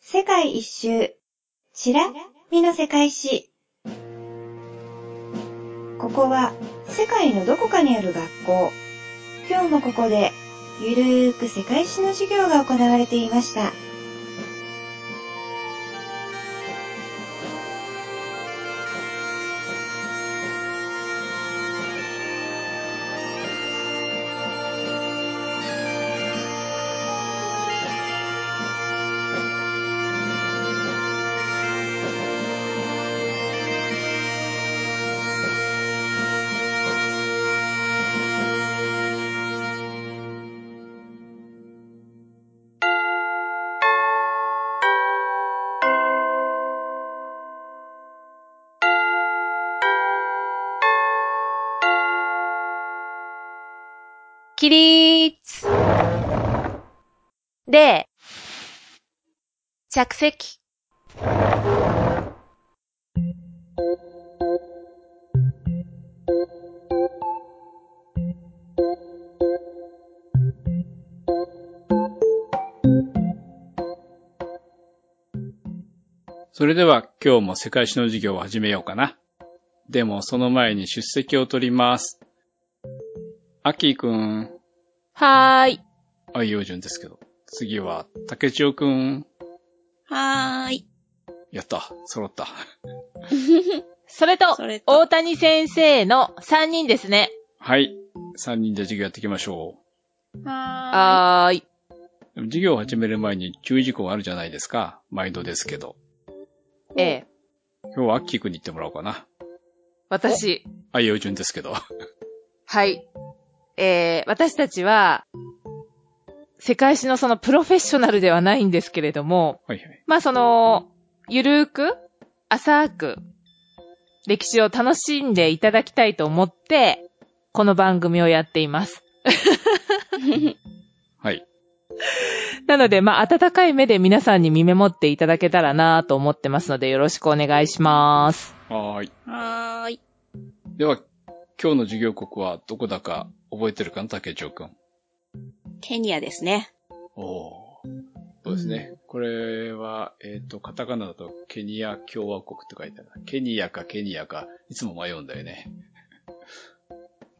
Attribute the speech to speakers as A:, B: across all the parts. A: 世界一周。しらみの世界史。ここは世界のどこかにある学校。今日もここでゆるーく世界史の授業が行われていました。
B: 起立で、着席。
C: それでは今日も世界史の授業を始めようかな。でもその前に出席を取ります。アッキーくん、
B: はーい。
C: あ、いよ順ですけど。次は、竹千代くん。
D: はーい。
C: やった、揃った。
B: それと、
D: それと
B: 大谷先生の3人ですね。
C: はい。三人で授業やっていきましょ
D: は
B: はーい。
C: う。でも授業を始める前に注意事項があるじゃないですか。毎度ですけど。
B: ええ、
C: 今日はアッキーくんに言ってもらおうかな。
B: 私、
C: あ、いよ順ですけど。
B: はい。えー、私たちは、世界史のそのプロフェッショナルではないんですけれども、
C: はいはい。
B: まあその、ゆるーく、浅ーく、歴史を楽しんでいただきたいと思って、この番組をやっています。
D: ーい。
C: はい。
B: なので、まあ、温かい目で皆さんに見守っていただけたらなと思ってますので、よろしくお願いします。
C: はーい。
D: はーい。
C: では、今日の授業国はどこだか覚えてるかな、竹千代くん。
D: ケニアですね。
C: おーそうですね。これは、えっ、と、カタカナだとケニア共和国って書いてあるな。ケニアかケニアか、いつも迷うんだよね。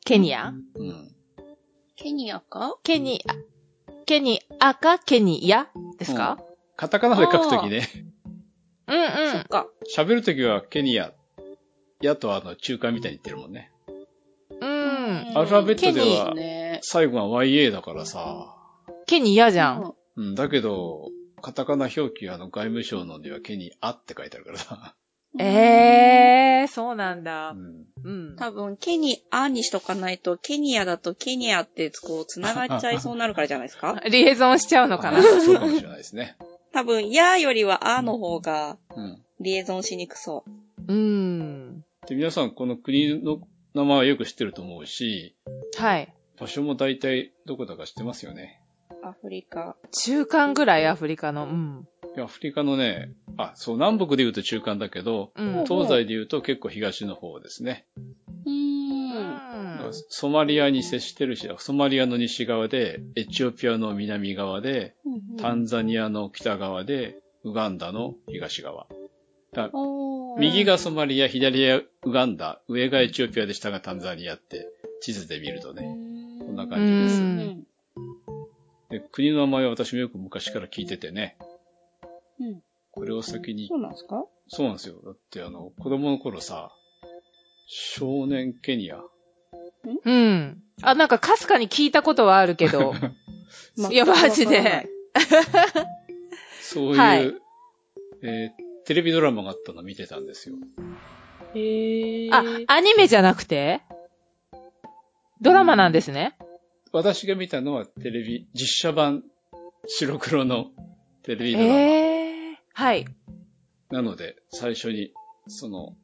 B: ケニア
C: うん。
D: ケニアか
B: ケニア、ケニアかケニアですか、
C: カタカナで書くときね、
B: うん、うんう
D: そっ
B: ん
D: か。
C: 喋るときはケニア、やとあの中間みたいに言ってるもんね。
B: うん。
C: アルファベットで
D: ケ
C: は
D: ニアですね
C: 最後は YA だからさ。
B: ケニアじゃん。
C: うん、だけど、カタカナ表記はあの外務省のではケニアって書いてあるからさ。
D: うん
B: ええー、そうなんだ
C: う。ん。
B: うん。
D: 多分、ケニアにしとかないと、ケニアだとケニアって、こう、繋がっちゃいそうになるからじゃないですか
B: リエゾンしちゃうのかな
C: あ。そうかもしれないですね。
D: 多分、ヤーよりはアーの方が、
C: うん。
D: リエゾンしにくそう。
B: うん。
C: で、皆さんこの国の名前はよく知ってると思うし、
B: はい。
C: 場所も大体どこだか知ってますよね。
D: アフリカ。
B: 中間ぐらいアフリカの、うん。
C: いやアフリカのね、あ、そう、南北で言うと中間だけど、
B: うん。
C: 東西で言うと結構東の方ですね。
D: う。
B: うんん
C: ソマリアに接してるし、ソマリアの西側で、エチオピアの南側で、タンザニアの北側で、ウガンダの東側。だ
D: おー
C: 右がソマリア、左がウガンダ、上がエチオピアで下がタンザニアって地図で見るとね。
D: こ
C: んな
B: う
C: 感じです
B: ん。
C: で国の名前は私もよく昔から聞いててね。
D: うん
C: これを先に
D: そうなんですか
C: そうなんですよ。だってあの、子供の頃さ、少年ケニア。
B: うん。あ、なんかかすかに聞いたことはあるけど。いや、マジで。。
C: そういう、
B: はい
C: えーテレビドラマがあったの見てたんですよ。
D: へ
B: あ、アニメじゃなくてドラマなんですね。
C: 私が見たのはテレビ、実写版、白黒のテレビドラマ。
B: ええー。はい。
C: なので、最初に、その、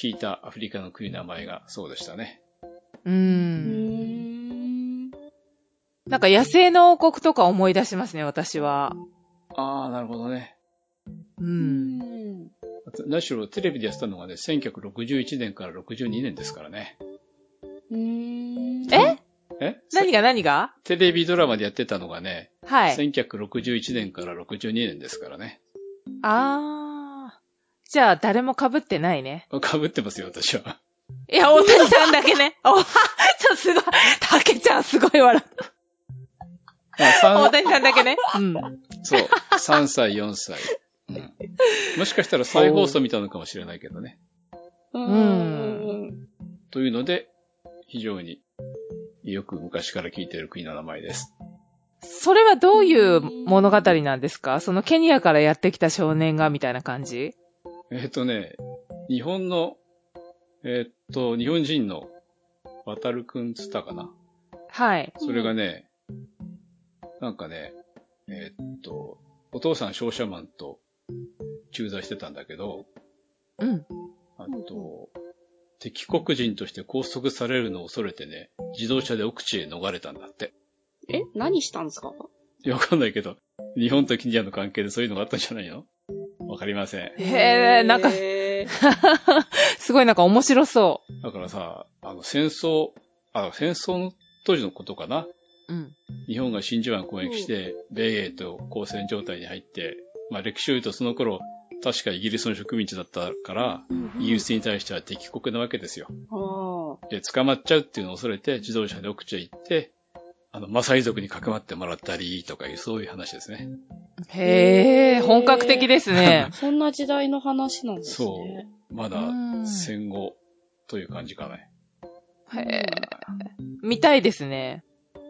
C: 聞いたアフリカの国の名前がそうでしたね。
D: う
B: う。
D: んん。
B: なんか野生の王国とか思い出しますね、私は。
C: あー、なるほどね。
B: う。
D: うんん。
C: 何しろテレビでやってたのがね、1961年から62年ですからね。
D: え
B: え
C: え
B: 何が何が
C: テレビドラマでやってたのがね、
B: はい。
C: 1961年から62年ですからね。
B: ああ。じゃあ、誰も被ってないね。
C: かぶってますよ、私は。
B: いや、大谷さんだけね。おは、ちょ、すごい。たけちゃんすごい笑う。
C: ま
B: 大
C: あ、
B: 谷さんだけね。うん。
C: 3、そう、3歳、4歳。うんもしかしたら再放送見たのかもしれないけどね。
D: うん
B: ん。
C: というので、非常によく昔から聞いている国の名前です。
B: それはどういう物語なんですかそのケニアからやってきた少年がみたいな感じ
C: えっ、とね、日本の、えっ、と、日本人の渡るくんつったかな。
B: はい。
C: それがね、なんかね、えっ、と、お父さん商社マンと駐在してたんだけど、
B: うん。
C: あと、敵国人として拘束されるのを恐れてね、自動車で奥地へ逃れたんだって。
D: え、何したんですか
C: いやわかんないけど、日本とケニアの関係でそういうのがあったんじゃないのわかりません。
B: へえ、なんか、
D: へー
B: すごいなんか面白そ
C: だからさ、あの戦争、あ、戦争の当時のことかな。
B: う。うん。
C: 日本が真珠湾攻撃して、米英と交戦状態に入って、まあ歴史を言うとその頃、確かイギリスの植民地だったから、イギリスに対しては敵国なわけですよ。
D: ああ。
C: で、捕まっちゃうっていうのを恐れて、自動車で奥地へ行って、あの、マサイ族にかくまってもらったりとかいう、そういう話ですね。
B: へえ、本格的ですね。
D: そんな時代の話なんですね。
C: そう。まだ
B: うん
C: 戦後という感じかね。
B: へえ、見たいですね。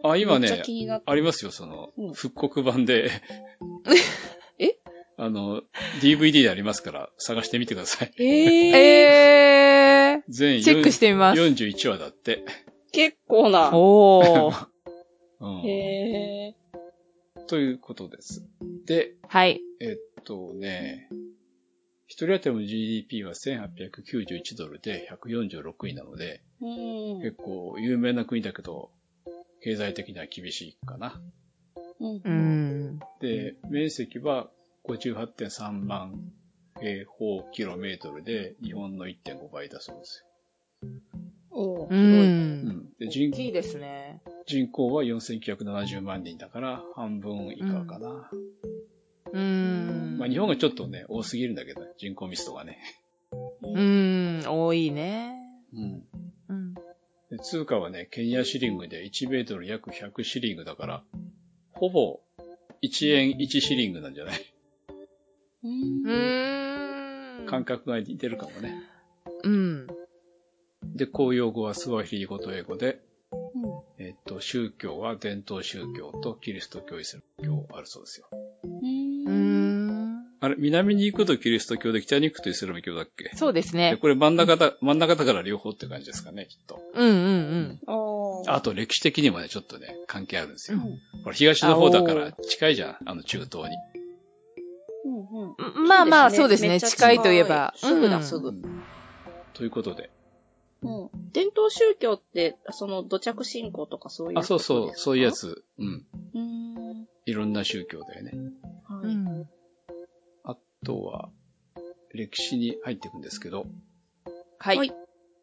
C: あ、今
D: めっち
C: ね
D: ゃ気、になっ
C: ありますよ、その
D: う、ん
C: 復刻版で。
D: え
C: あの、DVD でありますから、探してみてください。
D: て。へえ。
B: え
C: 全
B: ー、チェックしてみます。
C: 41話だって。
D: 結構な。
B: おー。
C: うん
D: へえ。
C: ということです。で、
B: はい。
C: えっとね、一人当たりの GDP は1891ドルで146位なので、
D: うん。
C: 結構有名な国だけど、経済的には厳しいかな。
D: うん
B: う。ん。
C: で、面積は58.3万平方キロメートルで、日本の1.5倍だそうです
D: おー
B: う。
C: よ。うんん。で人
B: いですね。
C: 人口は4970万人だから、半分以下かな。
B: うーん。
C: まあ、日本がちょっとね、多すぎるんだけど、人口密度がね。
B: うーん、多いね。
C: うん。
B: うん。
C: で通貨はね、ケニアシリングで1ベートル約100シリングだから、ほぼ1円1シリングなんじゃない
D: う。
B: うんーん。
C: 感覚が似てるかもね。
B: うん。
C: で、公用語はスワヒリ語と英語で、えっと、宗教は伝統宗教とキリスト教イスラム教あるそうですよ。
B: うーん。
C: あれ、南に行くとキリスト教で北に行くとイスラム教だっけ
B: そうです
C: で
B: ね。
C: これ真ん中だ、真ん中だから両方って感じですかね、きっと。
B: うんうん
D: あー
C: あと歴史的にもね、ちょっとね、関係あるんです
B: う
C: よ。
B: ん。
C: これ東の方だか
B: あお
C: ら近いじゃん、あの中東に。
D: うんうん。
B: うんまあまあ、そうです
D: め
B: ね。
D: っちゃ
B: 近いといえば。
D: すぐだ
B: うん
D: すぐ
C: うんということで。
D: うん。伝統宗教って、その土着信仰とかそういう
C: あ、そうそ
D: こと
C: う、
D: ですか
C: そういうや。つ。うん。
D: うーん。
C: いろんな宗教だよね。
B: う
D: はい。
B: ん。
C: あとは、歴史に入っていくんですけど、
B: は
D: はいい。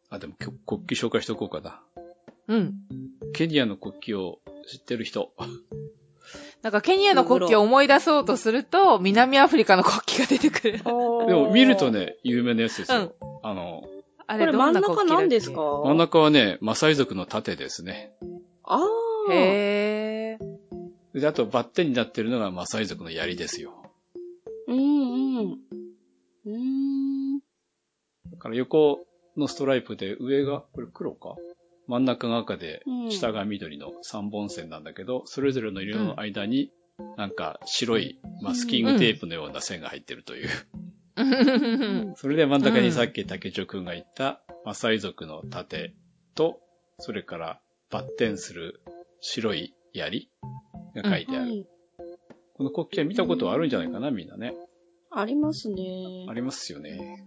C: あ、でもきょ国旗紹介しておこうかな。
B: うん。
C: ケニアの国旗を知ってる人。
B: なんか、ケニアの国旗を思い出そうとすると、南アフリカの国旗が出てくる。
C: で
D: で
C: も見ると、ね、有名なやつですよ。あの、
B: あ
D: こ
B: れ、
D: れ
B: ど
D: 真
B: ん
D: ん
B: な国
D: 中
B: 旗だっけ
D: 何ですか
C: 真ん中はね、マサイ族の盾ですね。
D: ああ。
B: へー。
C: で、あとバッテンになってるのがマサイ族の槍ですよ。
D: うんうん。うーん。
C: だから横のストライプで上が、これ黒か真ん中が赤で
D: う、ん
C: 下が緑の三本線なんだけど、それぞれの色の間に、なんか白いマスキングテープのような線が入ってるという。
B: うん。
C: それで真ん中にさっき竹城くんが言った、マサイ族の盾と、それからバッテンする白い槍が書いてある。
D: はい。
C: この国旗は見たことあるんじゃないかな、みんなね。
D: ありますね。
C: ありますよね。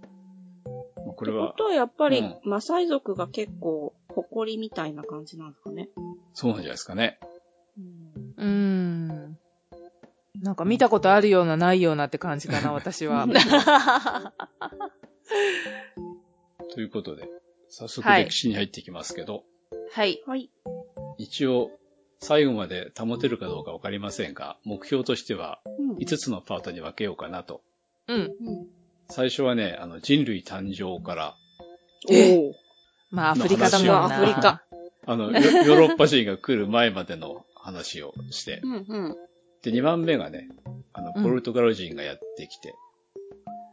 C: まあこ
D: こ
C: れは
D: こ、とはやっぱり、
C: うん
D: マサイ族が結構、誇りみたいな感じなんですかね。
C: そうなんじゃないですかね。
D: うん
B: うん。なんか見たことあるようなないようなって感じか な、私は。
C: ということで、早速
B: はい
C: 歴史に入っていきますけど、
B: はい。
D: はい。
C: 一応、最後まで保てるかどうかわかりませんが、目標としては
D: うん
C: 5つのパートに分けようかなと
B: ううん。
D: うん。
C: 最初はね、あの、人類誕生から、
B: え
D: おー
B: まあ、アフリカだもん
C: の
B: な。
D: 話はアフリカ。
C: あの、ヨ ヨーロッパ人が来る前までの話をして
D: う、んうん
C: で、2番目がね、あの、ポルトガル人がやってきて、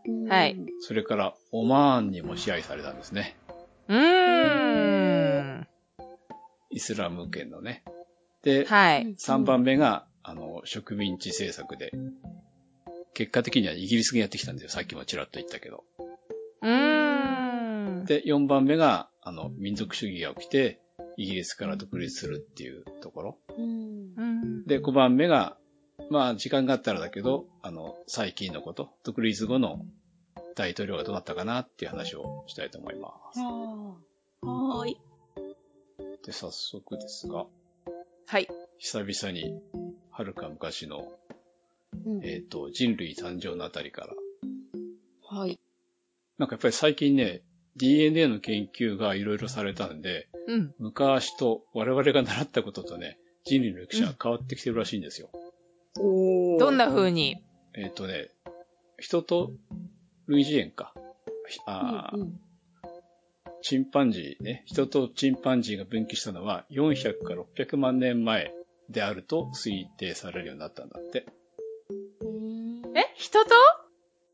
D: うん。
B: はい
C: それからオマーンにも支配されたんですね。
B: うーん。
C: イスラム圏のね。で、
B: はい。
C: 3番目が、あの、植民地政策で、結果的にはイギリスがやってきたんですよ。さっきもちらっと言ったけど。
B: うーん。
C: で、4番目が、あの、民族主義が起きて、イギリスから独立するっていうところ。
D: うん。
B: うん
C: で、5番目が、まあ、時間があったらだけど、あの、最近のこと、独立後の大統領がどうなったかなっていう話をしたいと思いま
D: はあ。はーい。
C: す。で、早速ですが、
B: はい。
C: 久々に、はるか昔の、
D: うん
C: えっ、と、人類誕生のあたりから、
D: はい。
C: なんかやっぱり最近ね、DNA の研究がいろいろされたんで、
B: うん。
C: 昔と我々が習ったこととね、人類の歴史が変わってきてるらしいんですよ。
D: お
B: どんな風に
C: えっ、とね、人と類人猿か。ひあー
D: うんうん
C: チンパンジーね、人とチンパンジーが分岐したのは400から600万年前であると推定されるようになったんだって。
B: え人と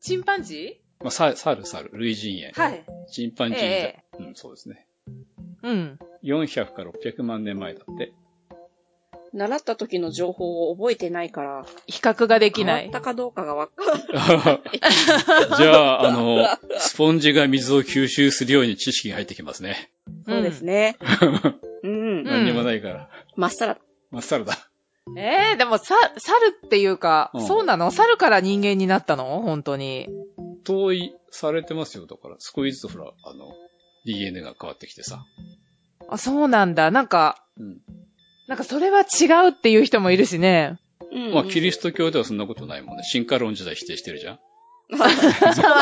B: チンパンジ
C: まあ、ササル、サル、類人
B: ー
C: 猿。
B: はい。
C: チンパンジー、
B: え
C: うん、そうですね。
B: うん。
C: 400から600万年前だって。
D: 習った時の情報を覚えてないから、
B: 比較ができ
D: 変
B: な
D: わっ
B: い。
D: たかどうかがわかんない。
C: じゃあ、あの、スポンジが水を吸収するように知識が入ってきますね。
D: そうです ね。うん。
B: ん
C: 何にもないから。
D: まっさら。
C: まっさらだ。
B: えー、でもさ、猿っていうか、
C: うん
B: そうなの猿から人間になったの本当に。
C: 遠いされてますよ。だから、少しずつほら、あの、DNA が変わってきてさ。
B: あ、そうなんだ。なんか、
C: うん。
B: なんかそれは違うっていう人もいるしね。
D: うん
C: まあ、キリスト教ではそんなことないもんね。進化論時代否定してるじゃん。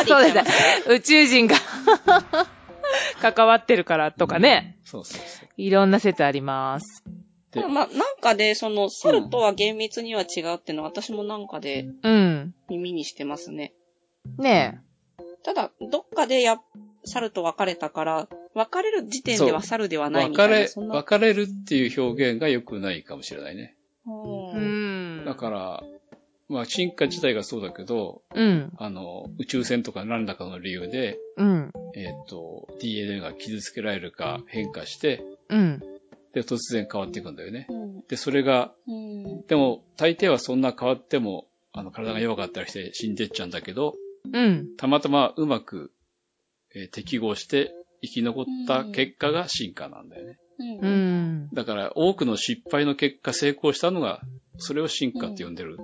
B: そうですね。宇宙人が 関わってるからとかね。
C: そうそうそう。
B: いろんな説あります。
C: で
D: まあ、なんかで、その、猿とは厳密には違うってのは、私もなんかで
B: うん。
D: 耳にしてますね。
B: ね
D: ただ、どっかでや、猿と別れたから、別れる時点では猿ではないみたい
C: 別
D: な。
C: れ、
D: そんな。
C: 別れるっていう表現が良くないかもしれないね。
B: え。
D: う
B: うんん。
C: だから、まあ、進化自体がそうだけど、
B: うん。
C: あの、宇宙船とか何らかの理由で、
B: うん。
C: えっ、と、DNA が傷つけられるか変化して、
B: うん。
C: で、突然変わっていくんだよね。
D: うん
C: で、それが、
D: うん
C: でも、大抵はそんな変わっても、あの、体が弱かったりして死んでっちゃうんだけど、
B: うん。
C: たまたまうまく、えー適合して生き残った結果が進化なんだよね。
B: う
D: うん
B: ん。
C: だから、多くの失敗の結果成功したのが、それを進化って呼んでる。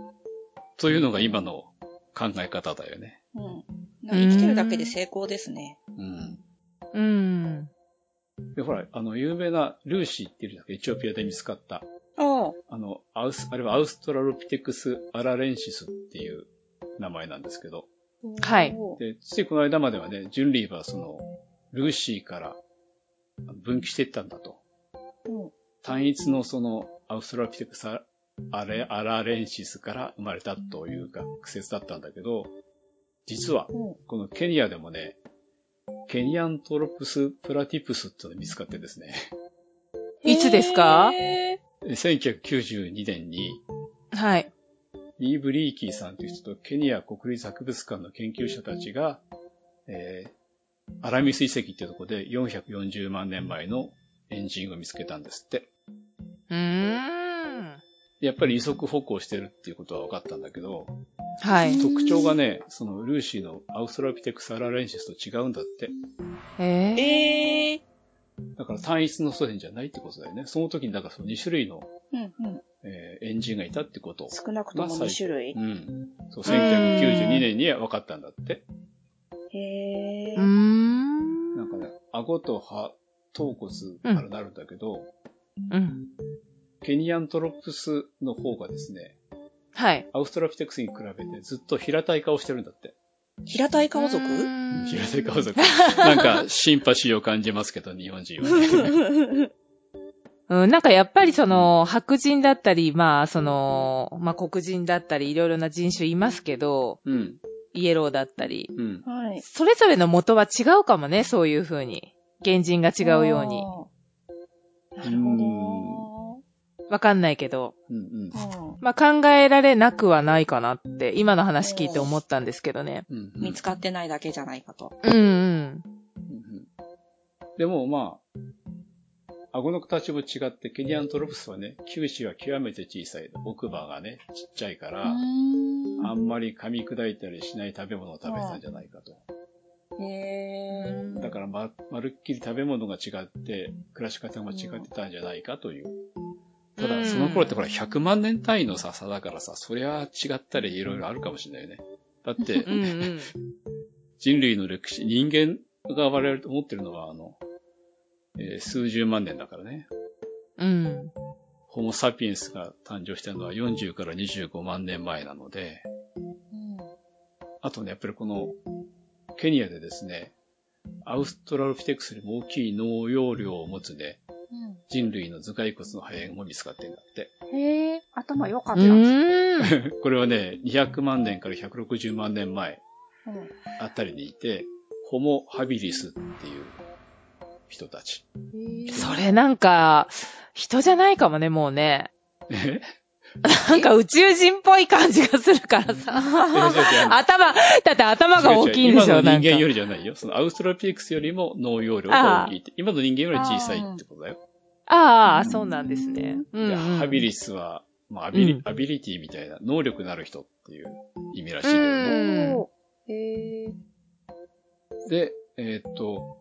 C: というのが今の考え方だよね。
D: うん生きてるだけで成功ですね。
C: うん。
B: うん。
C: で、ほら、あの、有名なルーシーっていうエチオピアで見つかった、
D: おう
C: あの、アウス、あれはアウストラロピテクス・アラレンシスっていう名前なんですけど、
B: はい
C: で、ついこの間まではね、ジュンリーはその、ルーシーから分岐していったんだと。
D: うん
C: 単一のその、アウストラロピテクス・アレアラレンシスから生まれたという学説だったんだけど、実は、
D: うん
C: このケニアでもね、ケニアントロプス・プラティプスっていうのが見つかってですね、
B: いつですか
D: へ
C: 1992年に、
B: はい。
C: リー・ブリーキーさんという人とケニア国立博物館の研究者たちが、えー、アラミス遺跡っていうところで440万年前のエンジンを見つけたんですって。
B: うーん。
C: でやっぱり二足歩行してるっていうことは分かったんだけど、
B: はい。
C: 特徴がね、そのルーシーのアウストラピテクス・アラレンシスと違うんだって。
B: え
D: ー
B: え。
D: えー。
C: だから単一の祖先じゃないってことだよね。その時にだからその2種類の、
D: うんうん。
C: えーエンジンがいたってこと。
D: 少なくとも2種類
C: う。ん。そう、1992年には分かったんだって。
D: へ
B: うー
D: ー
B: ん。
C: なんかね、顎と歯、頭骨からなるんだけど、
B: うん。
C: ケニアントロプスの方がですね、
B: はい。
C: アウストラピテクスに比べてずっと平たい顔してるんだって。
D: 平たい顔族
B: うーん
C: 平たい顔族。なんか、シンパシーを感じますけど、日本人は、ね。
B: うん、なんかやっぱりその、白人だったり、まあその、まあ黒人だったり、いろいろな人種いますけど、
C: うん。
B: イエローだったり。
C: うん。
D: はい。
B: それぞれの元は違うかもね、そういう風に。原人が違うように。
D: あー。なるほ
B: わかんないけど。
C: うん
D: ど。
B: まあ、考えられなくはないかなって、今の話聞いて思ったんですけどね。
C: うん。うん
D: うん。見つかってないだけじゃないかと。
B: うんうん。
C: うんうんでもまあ、顎の形も違って、ケニアントロプスはね、九歯は極めて小さい。奥歯がね、ちっちゃいか
D: う
C: ら、あ
D: ー
C: んまり噛み砕いたりしない食べ物を食べてたんじゃないかと。
D: ん。へー。
C: だからま、まるっきり食べ物が違って、暮らし方が違ってたんじゃないかという。た
B: う
C: だ、
B: ん
C: その頃ってほら、100万年単位のさ、差だからさ、そりゃ違ったりいろいろあるかもしれないよね。だって
B: う、んうん。
C: 人類の歴史、人間が我々と思ってるのは、あの、えー数十万年だからね。
B: うん。
C: ホモ・サピエンスが誕生したのは40から25万年前なので、
D: うん
C: あとね、やっぱりこの、ケニアでですね、アウストラロピテクスよりも大きい脳容量を持つね、人類の頭蓋骨の破片も見つかってんだって。
D: うんへー。頭良か
B: う
D: った。うん
B: ーん。
C: これはね、200万年から160万年前あたりにいて、ホモ・ハビリスっていう人たち。
B: それなんか、人じゃないかもね、もうね。
C: え
B: なんか宇宙人っぽい感じがするからさ。
C: 違う違う違う
B: 頭、だって頭が大きいんでし
C: 違う
B: ょ、
C: 違う今
B: な
C: の
B: ん
C: 人
B: か。
C: 間よりじゃないよ。そのアウストラロピテクスよりも脳容量が大きいって。今の人間より小さいってことだよ。
B: ああ、そうなんですね。うん、
C: で
B: うん。
C: ハビリスは、まあアビリ、
B: うん
C: アビリティみたいな、能力のある人っていう意味らしいけど
B: う
C: も。
B: ん。
D: おーへー。
C: で、えーっと、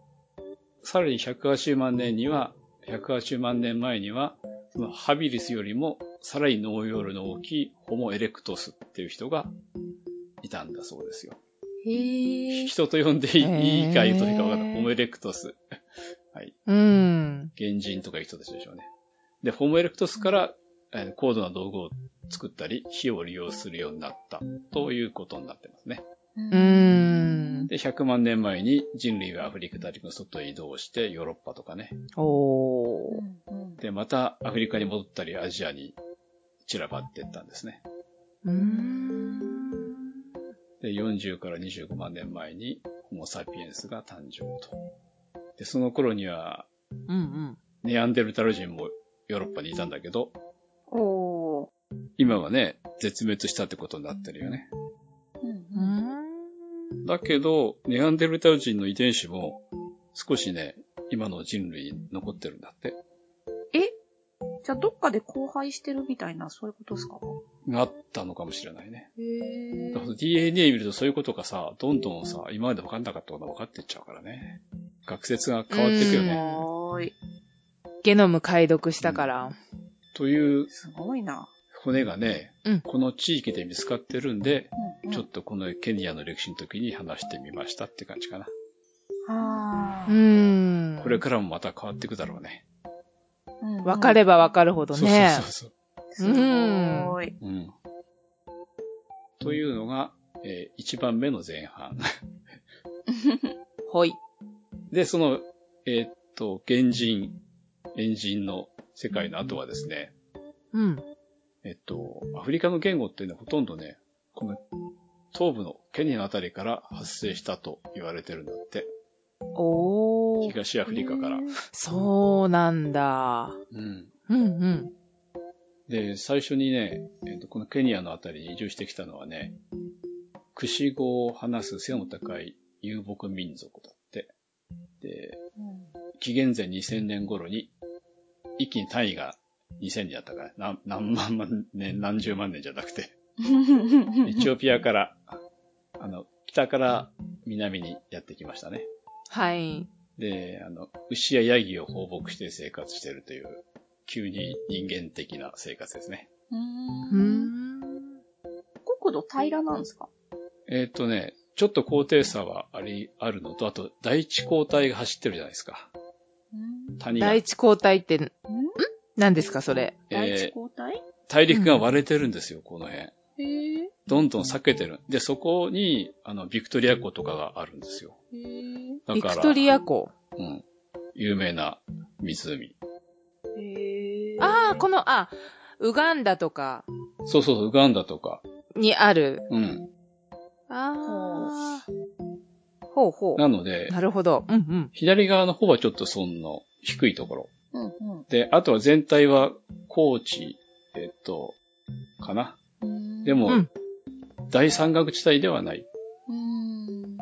C: さらに180万年には、180万年前には、そのハビリスよりも、さらに脳容量の大きいホモエレクトスっていう人がいたんだそうですよ。
D: へー。
C: 人と呼んでいい,、
B: へー
C: いいか言うといいかわかんない。ホモエレクトス。はい。
B: うん。
C: 原人とかいう人たちでしょうね。で、ホモエレクトスから、えー高度な道具を作ったり、火を利用するようになったということになってますね。
B: うーん。
C: で、100万年前に人類はアフリカ大陸の外へ移動して、ヨーロッパとかね。
B: おー。
D: うん
C: で、またアフリカに戻ったり、アジアに散らばっていったんですね。
B: うーん。
C: で、40から25万年前にホモ・サピエンスが誕生と。で、その頃には
B: うんうん。
C: ネアンデルタル人もヨーロッパにいたんだけど、
D: おー。
C: 今はね、絶滅したってことになってるよね。
B: うー
D: うん
B: ん。
C: だけど、ネアンデルタル人の遺伝子も少しね、今の人類に残ってるんだって。
D: じゃあ、どっかで交配してるみたいな、そういうことですか
C: があったのかもしれないね。
D: へぇ
C: だから DNA 見るとそういうことがさ、どんどんさ、今まで分かんなかったことが分かってっちゃうからね。学説が変わっていくよね。
D: はーい。
B: ゲノム解読したから。
C: という
D: すごいな。
C: 骨がね、
B: うん
C: この地域で見つかってるんで、
D: うんうん
C: ちょっとこのケニアの歴史の時に話してみましたって感じかな。
D: あ
B: うーん。
C: これからもまた変わっていくだろうね。
D: ー
B: わかればわかるほど
C: そうそう
B: ね
C: そう。そう。
D: すごーい。
C: うん。というのが、えー、1番目の前半。
B: ほい。
C: で、その、えーっと、原人、原人の世界の後はですね、
B: うん。
C: えっと、アフリカの言語っていうのはほとんどね、この東部のケニアのあたりから発生したと言われてるんだって。
B: おー。
C: 東アフリカから
D: へ。
B: そうなんだ。
C: うん。
B: うんうん。
C: で、最初にね、えっと、このケニアのあたりに移住してきたのはね、串語を話す背の高い遊牧民族だって。で、
D: ー
C: 紀元前2000年頃に、一気に単位が2000にな ったから、何何万万年、何十万年じゃな くて、エチオピアから、あの、北から南にやってきましたね。
B: はい。
C: で、あの、牛やヤギを放牧して生活してるという、急に人間的な生活ですね。
D: う
B: うー
D: ん
B: ん。
D: 国土平らなんですか
C: えーっ、とね、ちょっと高低差はあり、あるのと、あと、第一交代が走ってるじゃないですか。谷が
B: 第、一交代って
D: うん
B: 何ですか、それ。
D: 第一
C: えー
D: 交代
C: 大陸が割れてるんですよ、この辺。
D: へぇ
C: どんどん避けてる。で、そこに、あの、ビクトリア湖とかがあるんですよ。
D: へぇ
C: だ
B: ビ
C: から、
B: クトリア湖。
C: うん。有名な湖。
D: へぇ
B: ああ、この、あ、ウガンダとか
C: そうそうそう、ウガンダとか。
B: にある。
C: うん。
B: あー。ほうほ
C: なので
B: う。、なるほど。うんうん。
C: 左側の方はちょっとそんな低いところ。
D: うんうん
C: で、あとは全体は高知、えっと、かな。
D: うん
C: でも、
B: うん
C: 大山岳地帯ではない。
D: うん。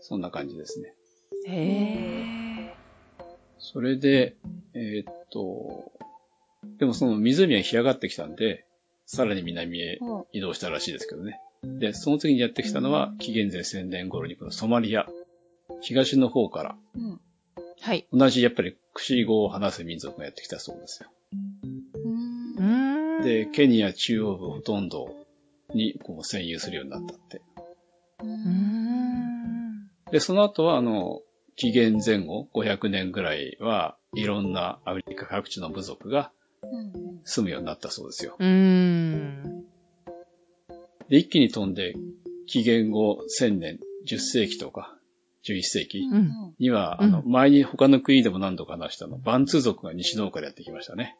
C: そんな感じですね。
B: へえ。
C: それで、えーっと、でもその湖は干上がってきたんで、さらに南へ
D: ほ
C: 移動したらしいですけどね。で、その次にやってきたのは、紀元前1000年頃にこのソマリア、東の方から、
D: ううん
B: はい。
C: 同じやっぱりクシー語を話す民族がやってきたそうですよ。
D: うん
B: うーん。
C: で、ケニア中央部ほとんどにこう占有するようになったって。
D: う
B: うーん。
C: で、その後は、あの、紀元前後500年ぐらいはいろんなアメリカ各地の部族が
D: うん
C: 住むようになったそうですよ。
B: うーん。
C: で、一気に飛んで、紀元後1000年、10世紀とか11世紀
D: うんうん
C: には、
B: うん
C: あの、前に他の国でも何度か話したあの、バンツー族が西の方からやってきましたね。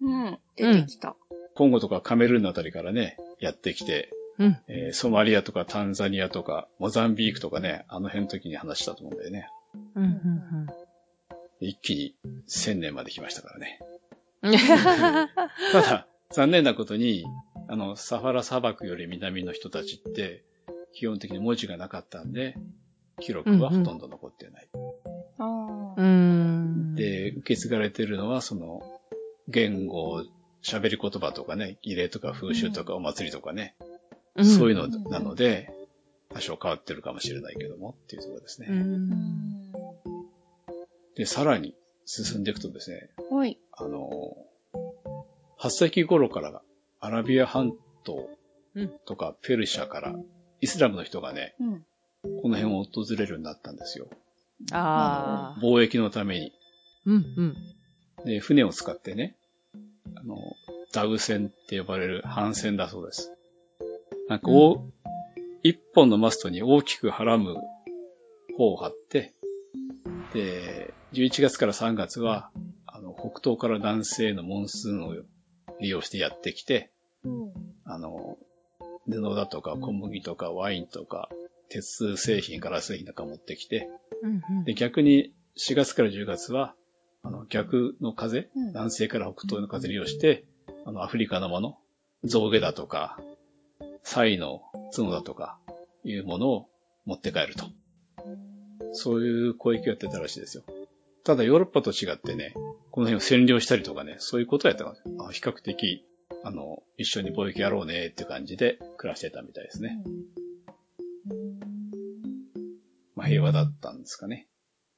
D: うん。出てきた。
C: コンゴとかカメルーンのあたりからね、やってきて、
B: うん。
C: えーソマリアとかタンザニアとか、モザンビークとかね、あの辺の時に話したと思うんだよね。
B: うん。うん。
C: 一気に1000年まで来ましたか らね。
B: うん。
C: ただ、残念なことに、あの、サファラ砂漠より南の人たちって、基本的に文字がなかったんで、記録はほとんど残ってない。
D: あ
B: うーん。
C: で、受け継がれてるのは、その、言語、喋り言葉とかね、儀礼とか風習とかお祭りとかね、
B: うん、
C: そういう
B: の。
C: のなので、多少変わってるかもしれないけどもっていうところですね。
D: あ。
B: ん。
D: ん。
C: で、さらに進んでいくとですね、
D: ほい。
C: あの、8世紀頃からアラビア半島とかペルシャからイスラムの人がね、
D: うん。
C: この辺を訪れるようになったんですよ。
B: ああ。
C: 貿易のために。
B: うんうん。
C: で、船を使ってね、あの、ダウ船って呼ばれる帆船だそうです。なんか、お一本のマストに大きくはらむ方を張って、で、11月から3月は、あの、北東から南西へのモンスーンを利用してやってきて、あの、布だとか小麦とかワインとか、鉄製品、ガラス製品なんか持ってきて、
B: うんうん
C: で、逆に4月から10月は、あの、逆の風、
D: うん
C: 南西から北東の風を利用して、あの、アフリカのもの、象牙だとか、サイの角だとか、いうものを持って帰ると。そういう攻撃をやってたらしいですよ。ただヨーロッパと違ってね、この辺を占領したりとかね、そういうことをやってたのあ比較的、あの、一緒に貿易やろうねっていう感じで暮らしてたみたいですね。まあ平和だったんですかね。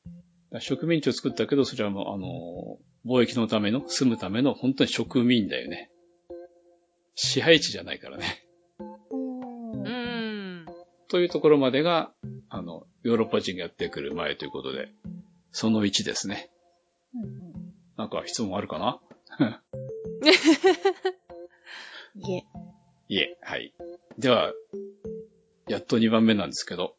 C: だから植民地を作ったけど、それはもう、あの、貿易のための、住むための、本当に植民だよね。支配地じゃないからね。
B: うーん。
C: というところまでが、あの、ヨーロッパ人がやってくる前ということで、その1ですね。なんか質問あるかない
D: え。
C: いえ、はい。では、やっと2番目なんですけど、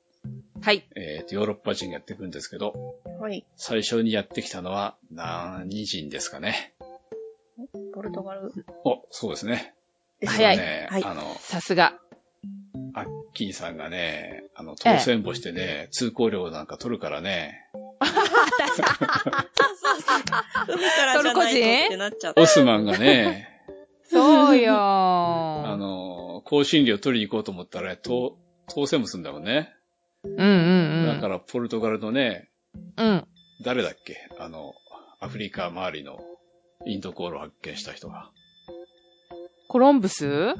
B: はい。
C: えっ、と、ヨーロッパ人がやってくるんですけど、
D: はい。
C: 最初にやってきたのは何人ですかね。
D: ポルトガル。
C: お、そうですね。
D: です
B: 早い
D: ね
C: ね、
D: はい
C: あの、
B: さすが。
C: アッキーさんがね、あの、当選簿してね、通行料なんか取るからね、
D: 海からじゃないとってなっちゃった
C: オ。スマンがね、
B: そうよー。
C: あの、更新料取りに行こうと思ったら、当、当選もすんだもんね。
B: うんうんうん。
C: だから、ポルトガルのね、
B: うん。
C: 誰だっけあの、アフリカ周りのインド航路を発見した人が。
B: コロンブス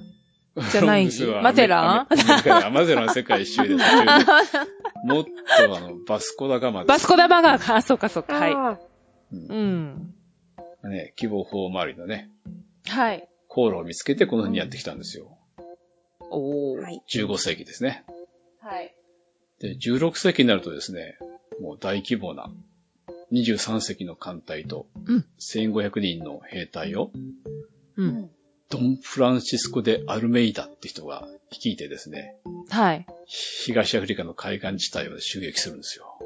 B: じゃない
C: フロムズ は
B: マゼラン
C: アメリカアメリカでマゼラン世界一周で途中で。 もっとあの、バスコダガマで
B: バスコダバガーか。 あ、そうかそうか。はい。
D: は
B: うん。
C: ね、希望法周りのね、
B: はい。
C: 航路を見つけてこの辺にやってきたんですよ。
B: おー。
D: い。
C: 15世紀ですね。
B: はい。
C: で、16世紀になるとですね、もう大規模な23隻の艦隊と
B: うん
C: 1500人の兵隊を、
B: う。
D: うんん。
C: ドン・フランシスコ・デ・アルメイダって人が率いてですね、
B: はい。
C: 東アフリカの海岸地帯を襲撃するんですよ。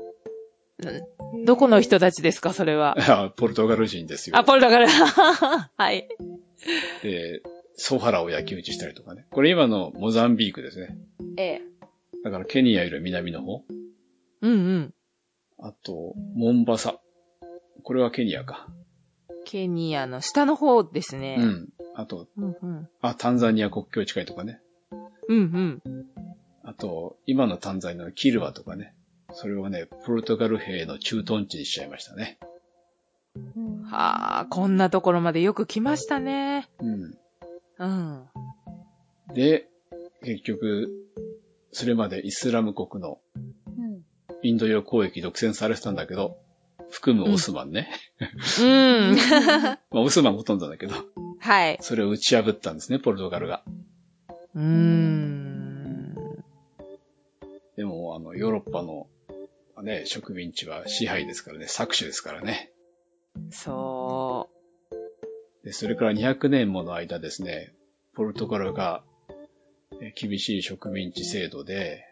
B: どこの人たちですか、それは。
C: あポルトガル人ですよ
B: あ、。ポルトガル。 はい。
C: で、ソハラを焼き討ちしたりとかね。これ今のモザンビークですね。
B: ええ。
C: だからケニアより南の方。
B: うんうん。
C: あと、モンバサ。これはケニアか。
B: ケニアの下の方です
C: う
B: ね。
C: ん。あと、
B: うんうん。
C: あ、タンザニア国境近いとかね。
B: うん
C: あと、今のタンザニアのキルバとかね。それをね、ポルトガル兵の駐屯地にしちゃいましたね。
B: うん。はあ、こんなところまでよく来ましたね。
C: うん。
B: うん。
C: で、結局、それまでイスラム国の
E: うん。
C: インド洋交易独占されてたんだけど、含むオスマンね。
B: うん。
C: まあ、オスマンほとんどだけど、
B: はい。
C: それを打ち破ったんですね、ポルトガルが。
B: うーん。
C: でも、あの、ヨーロッパの、ね、植民地は支配ですからね、搾取ですからね。
B: そ
C: で、それから200年もの間ですね、ポルトガルがえー厳しい植民地制度で、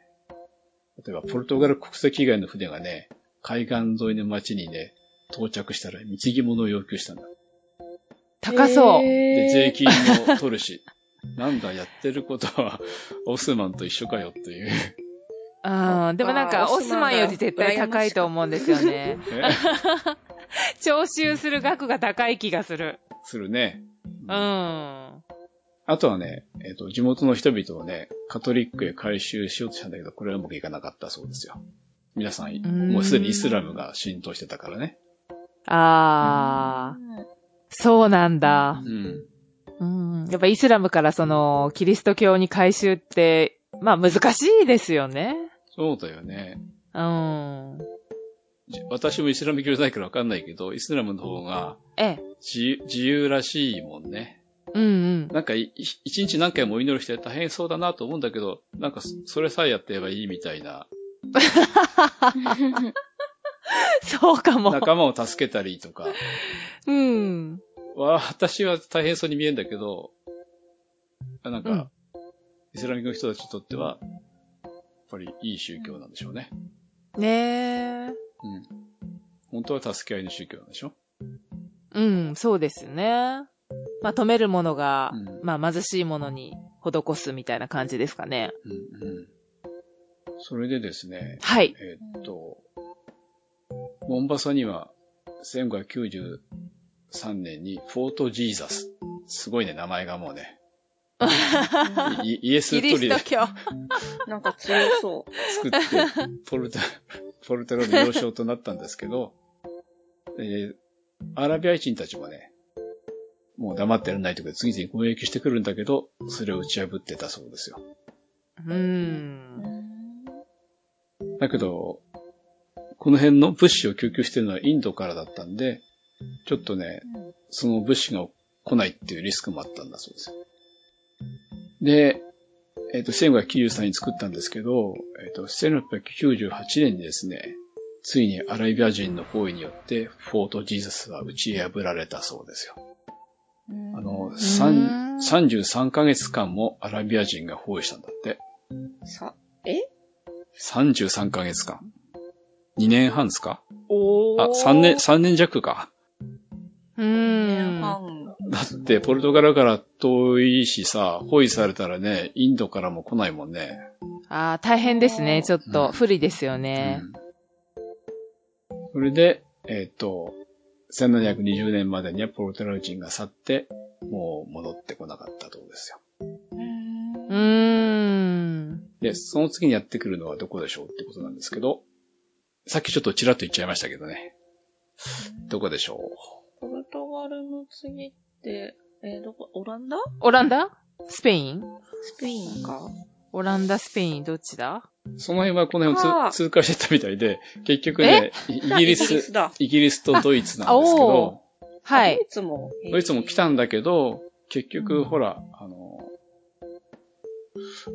C: 例えばポルトガル国籍以外の船がね、海岸沿いの町にね、到着したら貢ぎ物を要求したんだ。
B: う。高そう。
C: で、
E: 税
C: 税金も取るし、 なんだやってることは オスマンと一緒かよっていう。
B: うん。でもなんか、
D: あー
B: オスマンより絶対高いと思うんですよね。
C: ね
B: 徴収する額が高い気がする。
C: するね。
B: うん。は
C: あとはね、えっ、と、地元の人々をね、カトリックへ改宗しようとしたんだけど、これはうまくいかなかったそうですよ。皆さん、
B: ん
C: もうすでにイスラムが浸透してたからね。
B: あー。そうなんだ。
C: うん。
B: うん。やっぱイスラムからその、キリスト教に改宗って、まあ難しいですよね。
C: そうだよね。
B: うん。
C: じ私もイスラム教じゃないからわかんないけど、イスラムの方が
B: ええ。
C: 自自由らしいもんね。
B: うんうん。
C: なんかい、い一日何回もお祈りして大変そうだなと思うんだけど、なんかそ、それさえやってればいいみた いな。
B: そうかも。
C: 仲間を助けたりとか。
B: うん。
C: わ私は大変そうに見えるんだけど、あなんか、
B: うん
C: イスラム教の人たちにとっては、やっぱりいい宗教なんでしょうね。
B: ねえ。
C: うん。本当は助け合いの宗教なんでしょ
B: うん、そうですね。まあ、止めるものが、
C: うん
B: まあ、貧しいものに施すみたいな感じですかね。
C: うんうん。それでですね、
B: はい。
C: えーっと、モンバサには、1593年にフォートジーザス。すごいね、名前がもうね。 イイエス
B: キ
C: ト
B: リ
C: リ
B: ス
C: で
B: ト教。
D: なんか強そう。
C: 作って、ポルト、 ポルトガルの要衝となったんですけど、えーアラビア人たちもね、もう黙ってられないということで次々攻撃してくるんだけど、それを打ち破ってたそうですよ。
B: うん。
C: だけど、この辺の物資を供給してるのはインドからだったんで、ちょっとね、その物資が来ないっていうリスクもあったんだそうですよ。で、えっ、と、1593年に作ったんですけど、えっ、と、1698年にですね、ついにアラビア人の行為によって、フォート・ジーザスは打ち破られたそうですよ。あの、
B: うーん
C: 三33ヶ月間もアラビア人が包囲したんだって。
D: さ、
C: 33ヶ月間。2年半ですか
B: お
C: あ、3年、。3年弱か。
B: う
D: 年
B: ん。
D: 半。
C: だって、ポルトガルから遠いしさ、包囲されたらね、インドからも来ないもんね。
B: あー大変ですね。ちょっ
C: うん
B: と、不利ですよね。
C: うんそれで、えっ、と、1720年までにはポルトガル人が去って、もう戻ってこなかったとこですよ。
B: うーん。
C: で、その次にやってくるのはどこでしょうってことなんですけど、さっきちょっとちらっと言っちゃいましたけどね。どこでしょ
D: ポルトガルの次って、えーどこ、オランダ
B: オランダスペイン
D: スペインか。
B: オランダ、スペイン、どっちだ
C: うその辺はこの辺を
D: あー
C: つ通過してたみたいで、結局ね、イイギリ
D: あイギリス
C: ス、
D: だ。
C: イギリスとドイツなんですけ
B: あ
C: ど
B: お、は
D: あド
B: い
D: イ。ツも。えー
C: ドイツも来たんだけど、結局、ほら、あの、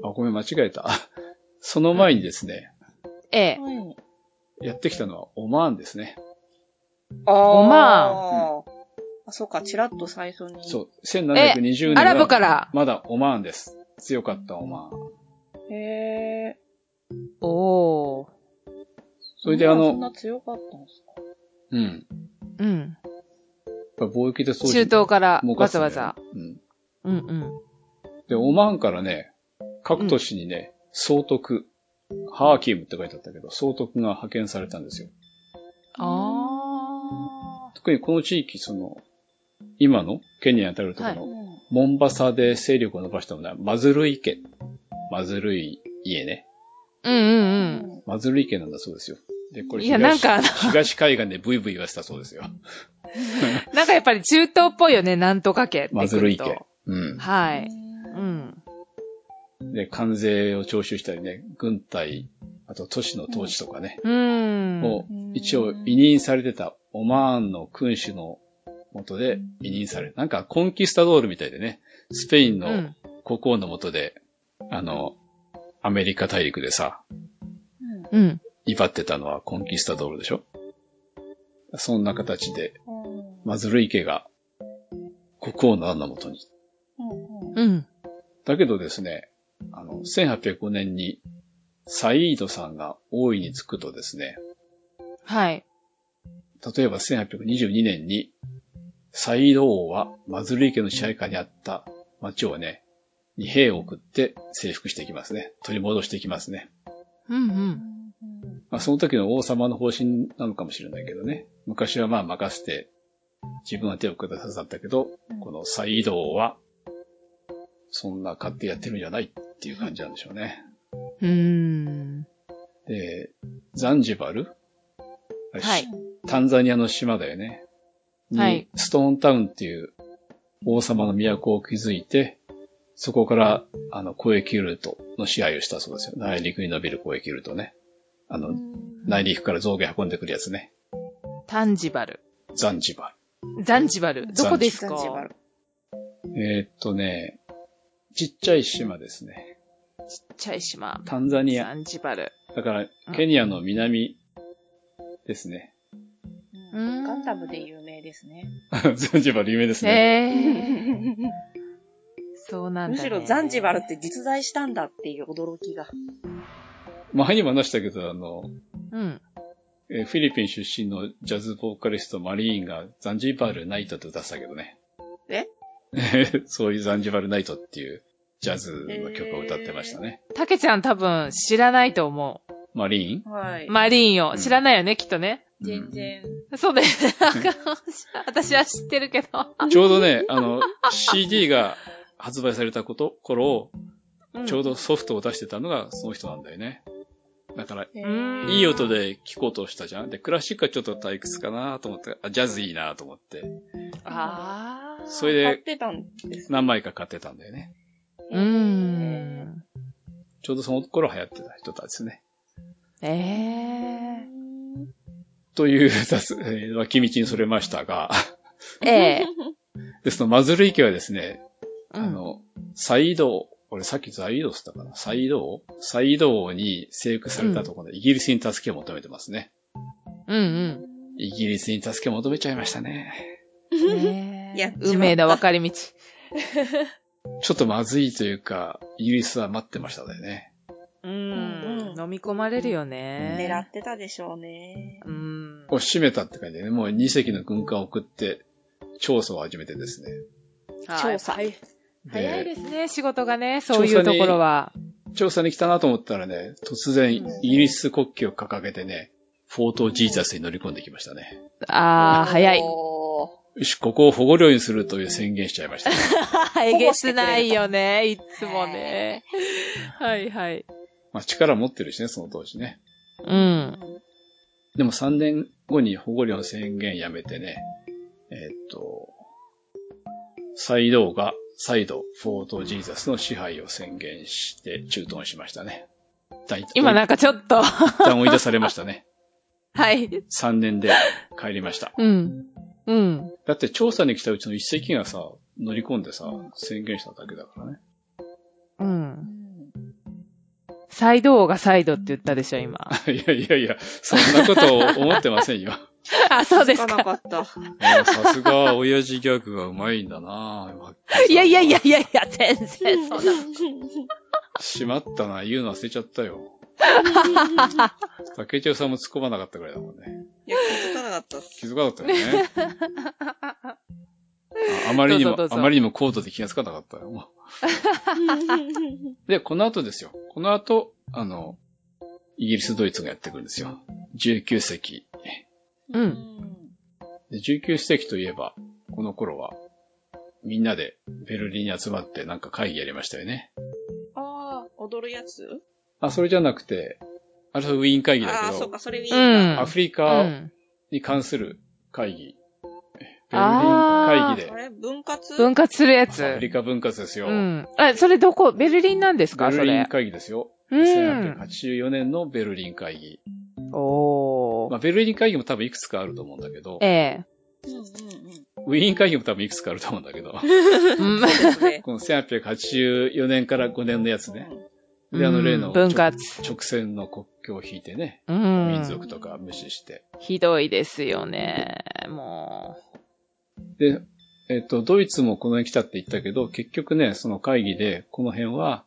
C: あ、ごめん、間違えた。 その前にですね、
B: ええ。
D: はい。
C: やってきたのはオマーンですね。
D: あー
B: オ
C: マ
D: あ、そうか、チラッと最初に。
C: そう、1720年
B: アラブ
C: は
B: から。
C: まだオマーンです。強かったオマーン。
D: へえ。
B: おー。
C: それであ
D: そん
C: の、
D: な強かったんですか
C: うん。
B: うん。
C: やっぱ貿易で当時
B: 中東から
C: 儲、か
B: わ
C: ってた
B: ざ
C: よ
B: わざ。。
C: うん。
B: うんうん。
C: で、オマーンからね、各都市にね、総督、ハーキムって書いてあったけど、総督が派遣されたんですよ。
B: あ
C: 特にこの地域、その、今のケニアに当たるところの、
D: うん
C: モンバサで勢力を伸ばしたのは、マズルイ家。マズルイ家ね。
B: あ。うんうん
C: マズルイ家なんだそうですよ。で、こ
B: うん。
C: れ
B: いや、なん
C: 東、
B: かあの、
C: 東海岸でブイブイ言わせたそうで すよ。
B: なんかやっぱり中東っぽいよね、なんとか家ってくると。
C: マズルイ家。うん。
B: はい。うん。
C: で、関税を徴収したりね、軍隊、あと都市の統治とかね、
B: うん。
C: を
D: うん
C: 一応委任されてたオマーンの君主の元で委任され、なんかコンキスタドールみたいでね、スペイン
B: う
C: の
B: ん
C: 国王の元で、あの、アメリカ大陸でさ、
B: うん。
C: 威張ってたのはコンキスタドールでしょそんな形で、
D: うん
C: マズルイ家が国王の案のもとに。
D: うん
B: うん。
C: だけどですね、あの、1805年にサイードさんが王位につくとですね、
B: はい。
C: 例えば1822年に、サイード王はマズルイ家の支配下にあった町をね、に兵を送って征服していきますね。取り戻していきますね。
B: うんうん。
C: まあその時の王様の方針なのかもしれないけどね。昔はまあ任せて自分は手を下さったけど、このサイード王は、そんな勝手やってるんじゃないっていう感じなんでしょうね。
B: うーん。
C: で、ザンジバルあれ
B: はい
C: タンザニアの島だよね。に
B: はい
C: ストーンタウンっていう王様の都を築いて、そこから、あの、交易ルートの支配をしたそうですよ。内陸に伸びる交易ルートね。あの、内陸から造形運んでくるやつね。
B: タンジバル。
C: ザンジバ
B: ザンジバル。どこですか
D: ザンジバル
C: ル。えーっとね、ちっちゃい島ですね。
B: チャイ島。
C: タンザニ
B: ザ
C: ア。
B: ンジバル。
C: だから、ケニアの南ですね。
B: うん
D: ガンダムで有名ですね。
C: ザンジバル有名ですね。
B: へえ。そうなん
D: む
B: だ、ね。
D: しろザンジバルって実在したんだっていう驚きが。
C: 前にも話したけど、あの、
B: うん。
C: えーフィリピン出身のジャズボーカリストマリーンがザンジバルナイトって歌ってたけどね。
D: え
C: そういうザンジバルナイトっていうジャズの曲を歌ってましたね。
B: たけちゃん多分知らないと思。。
C: マリーン
D: はいう
B: マリーン
C: う
B: を。
C: ん
B: 知らないよね、きっとね。
D: 全然。
B: そうだよね。なんか私は知ってるけど。
C: うんちょうどね、あの、CD が発売されたこと、頃
B: う
C: を、
B: ん
C: ちょうどソフトを出してたのがその人なんだよね。だから、
D: へ
B: うん
D: ー
C: いい音で聴こうとしたじゃん。で、クラシックはちょっと退屈かなと思って、あ、ジャズいいなと思って、
B: ああ。
C: それ
D: 買
C: で
D: ってたんです。
C: 何枚か買ってたんだよね。
B: うーん。
C: ちょうどその頃流行ってた人たちですね。
B: ええ
C: という雑、えー脇道にそれましたが、
B: ええ。
C: ですの、マズルイ家はですね、
B: う
C: あ
B: ん
C: の、サイド王、俺さっきザイードスったかなサイド王サイド王に征服されたところでイギリスに助けを求めてますね。
B: うん
C: イギリスに助けを求めちゃいましたね。
B: うん。ねえ
D: やっちまった
B: 運命の分かれ道。
C: ちょっとまずいというか、イギリスは待ってましただよね。
B: う
D: うん
B: ん
D: う。ん
B: 飲み込まれるよね。
D: 狙ってたでしょうね。
B: うん。
C: こう締めたって感じでね、もう2隻の軍艦を送って、調査を始めてですね。
B: はい
D: 調査
B: はい
C: で
B: 早いですね、仕事がね、そういうところは。
C: 調査に来たなと思ったらね、突然、イギリス国旗を掲げてね、フォートジーザスに乗り込んできましたね。
B: ああ、早 い。
D: お
C: よし、ここを保護領にするという宣言しちゃい ましたね。
B: えげつないよね、いつもね。はいはい。
C: まあ力持ってるしね、その当時ね。
B: う
D: ー
B: ん。
C: でも3年後に保護領の宣言やめてね、えーっと、サイド王が再度フォートジーザスの支配を宣言して駐屯しましたね。大
B: 今なんかちょっと、
C: 一旦追い出されましたね。
B: はい。
C: 3年で帰りました。
B: うん。うん。
C: だって調査に来たうちの一隻がさ、乗り込んでさ、宣言しただけだからね。
B: うん。サイド王がサイドって言ったでしょ、今。
C: いやいやいや、そんなこと思ってませ んよ。
B: あ、 そうです
D: かな
B: か。
D: かった。
C: あさすが、親父ギャグがうまいん だなぁ。
B: いやいやいやいやいや、全然そんな。
C: しまったな、言うの忘れちゃったよ。竹内さんも突っ込まなかったぐらいだもんね。
D: いや、気づかなかったっす。。
C: 気づかなかったよね。ああまりに
B: どうぞ
C: も
B: どうぞ
C: あまりにも高度で気がつかなかったよ。で、この後ですよ。この後、あの、イギリス、ドイツがやってくるんですよ。19世紀。
B: うん
C: で19世紀といえば、この頃は、みんなでベルリンに集まってなんか会議やりましたよね。
D: ああ、踊るやつ
C: あ、それじゃなくて、あれはウィーン会議だ
D: ああ、
C: け
D: そう
C: ど、
D: か、それウィー
B: うん
D: ン
C: アフリ
B: う
C: カ
B: ん。
C: に関する会議。ベルリン
B: あー
C: 会議
D: だ。
C: で
D: あ、れ分割
B: 分割するや
C: アフ
B: つ。
C: リカ分割ですよ。
B: うん。あ、それどこベルリンなんです
C: ベ
B: かそ
C: ルリン
B: れ。
C: 会議ですよ。
B: うん。
C: 1884年のベルリン会議。
B: おー。
C: まあ、ベルリン会議も多分いくつかあると思うんだけど、
B: え
D: うんうんうん。
C: ウィーン会議も多分いくつかあると思うんだけど、
B: え。うん
D: そうね
C: この1884年から5年のやつね。で、あ
B: う
C: の
B: ん
C: 例の
B: 分割。
C: 直線の国境を引いてね、
B: う
C: 民
B: ん。
C: 族とか無視して。
B: ひどいですよね。も
C: で、えっ、と、ドイツもこの辺来たって言ったけど、結局ね、その会議で、この辺は、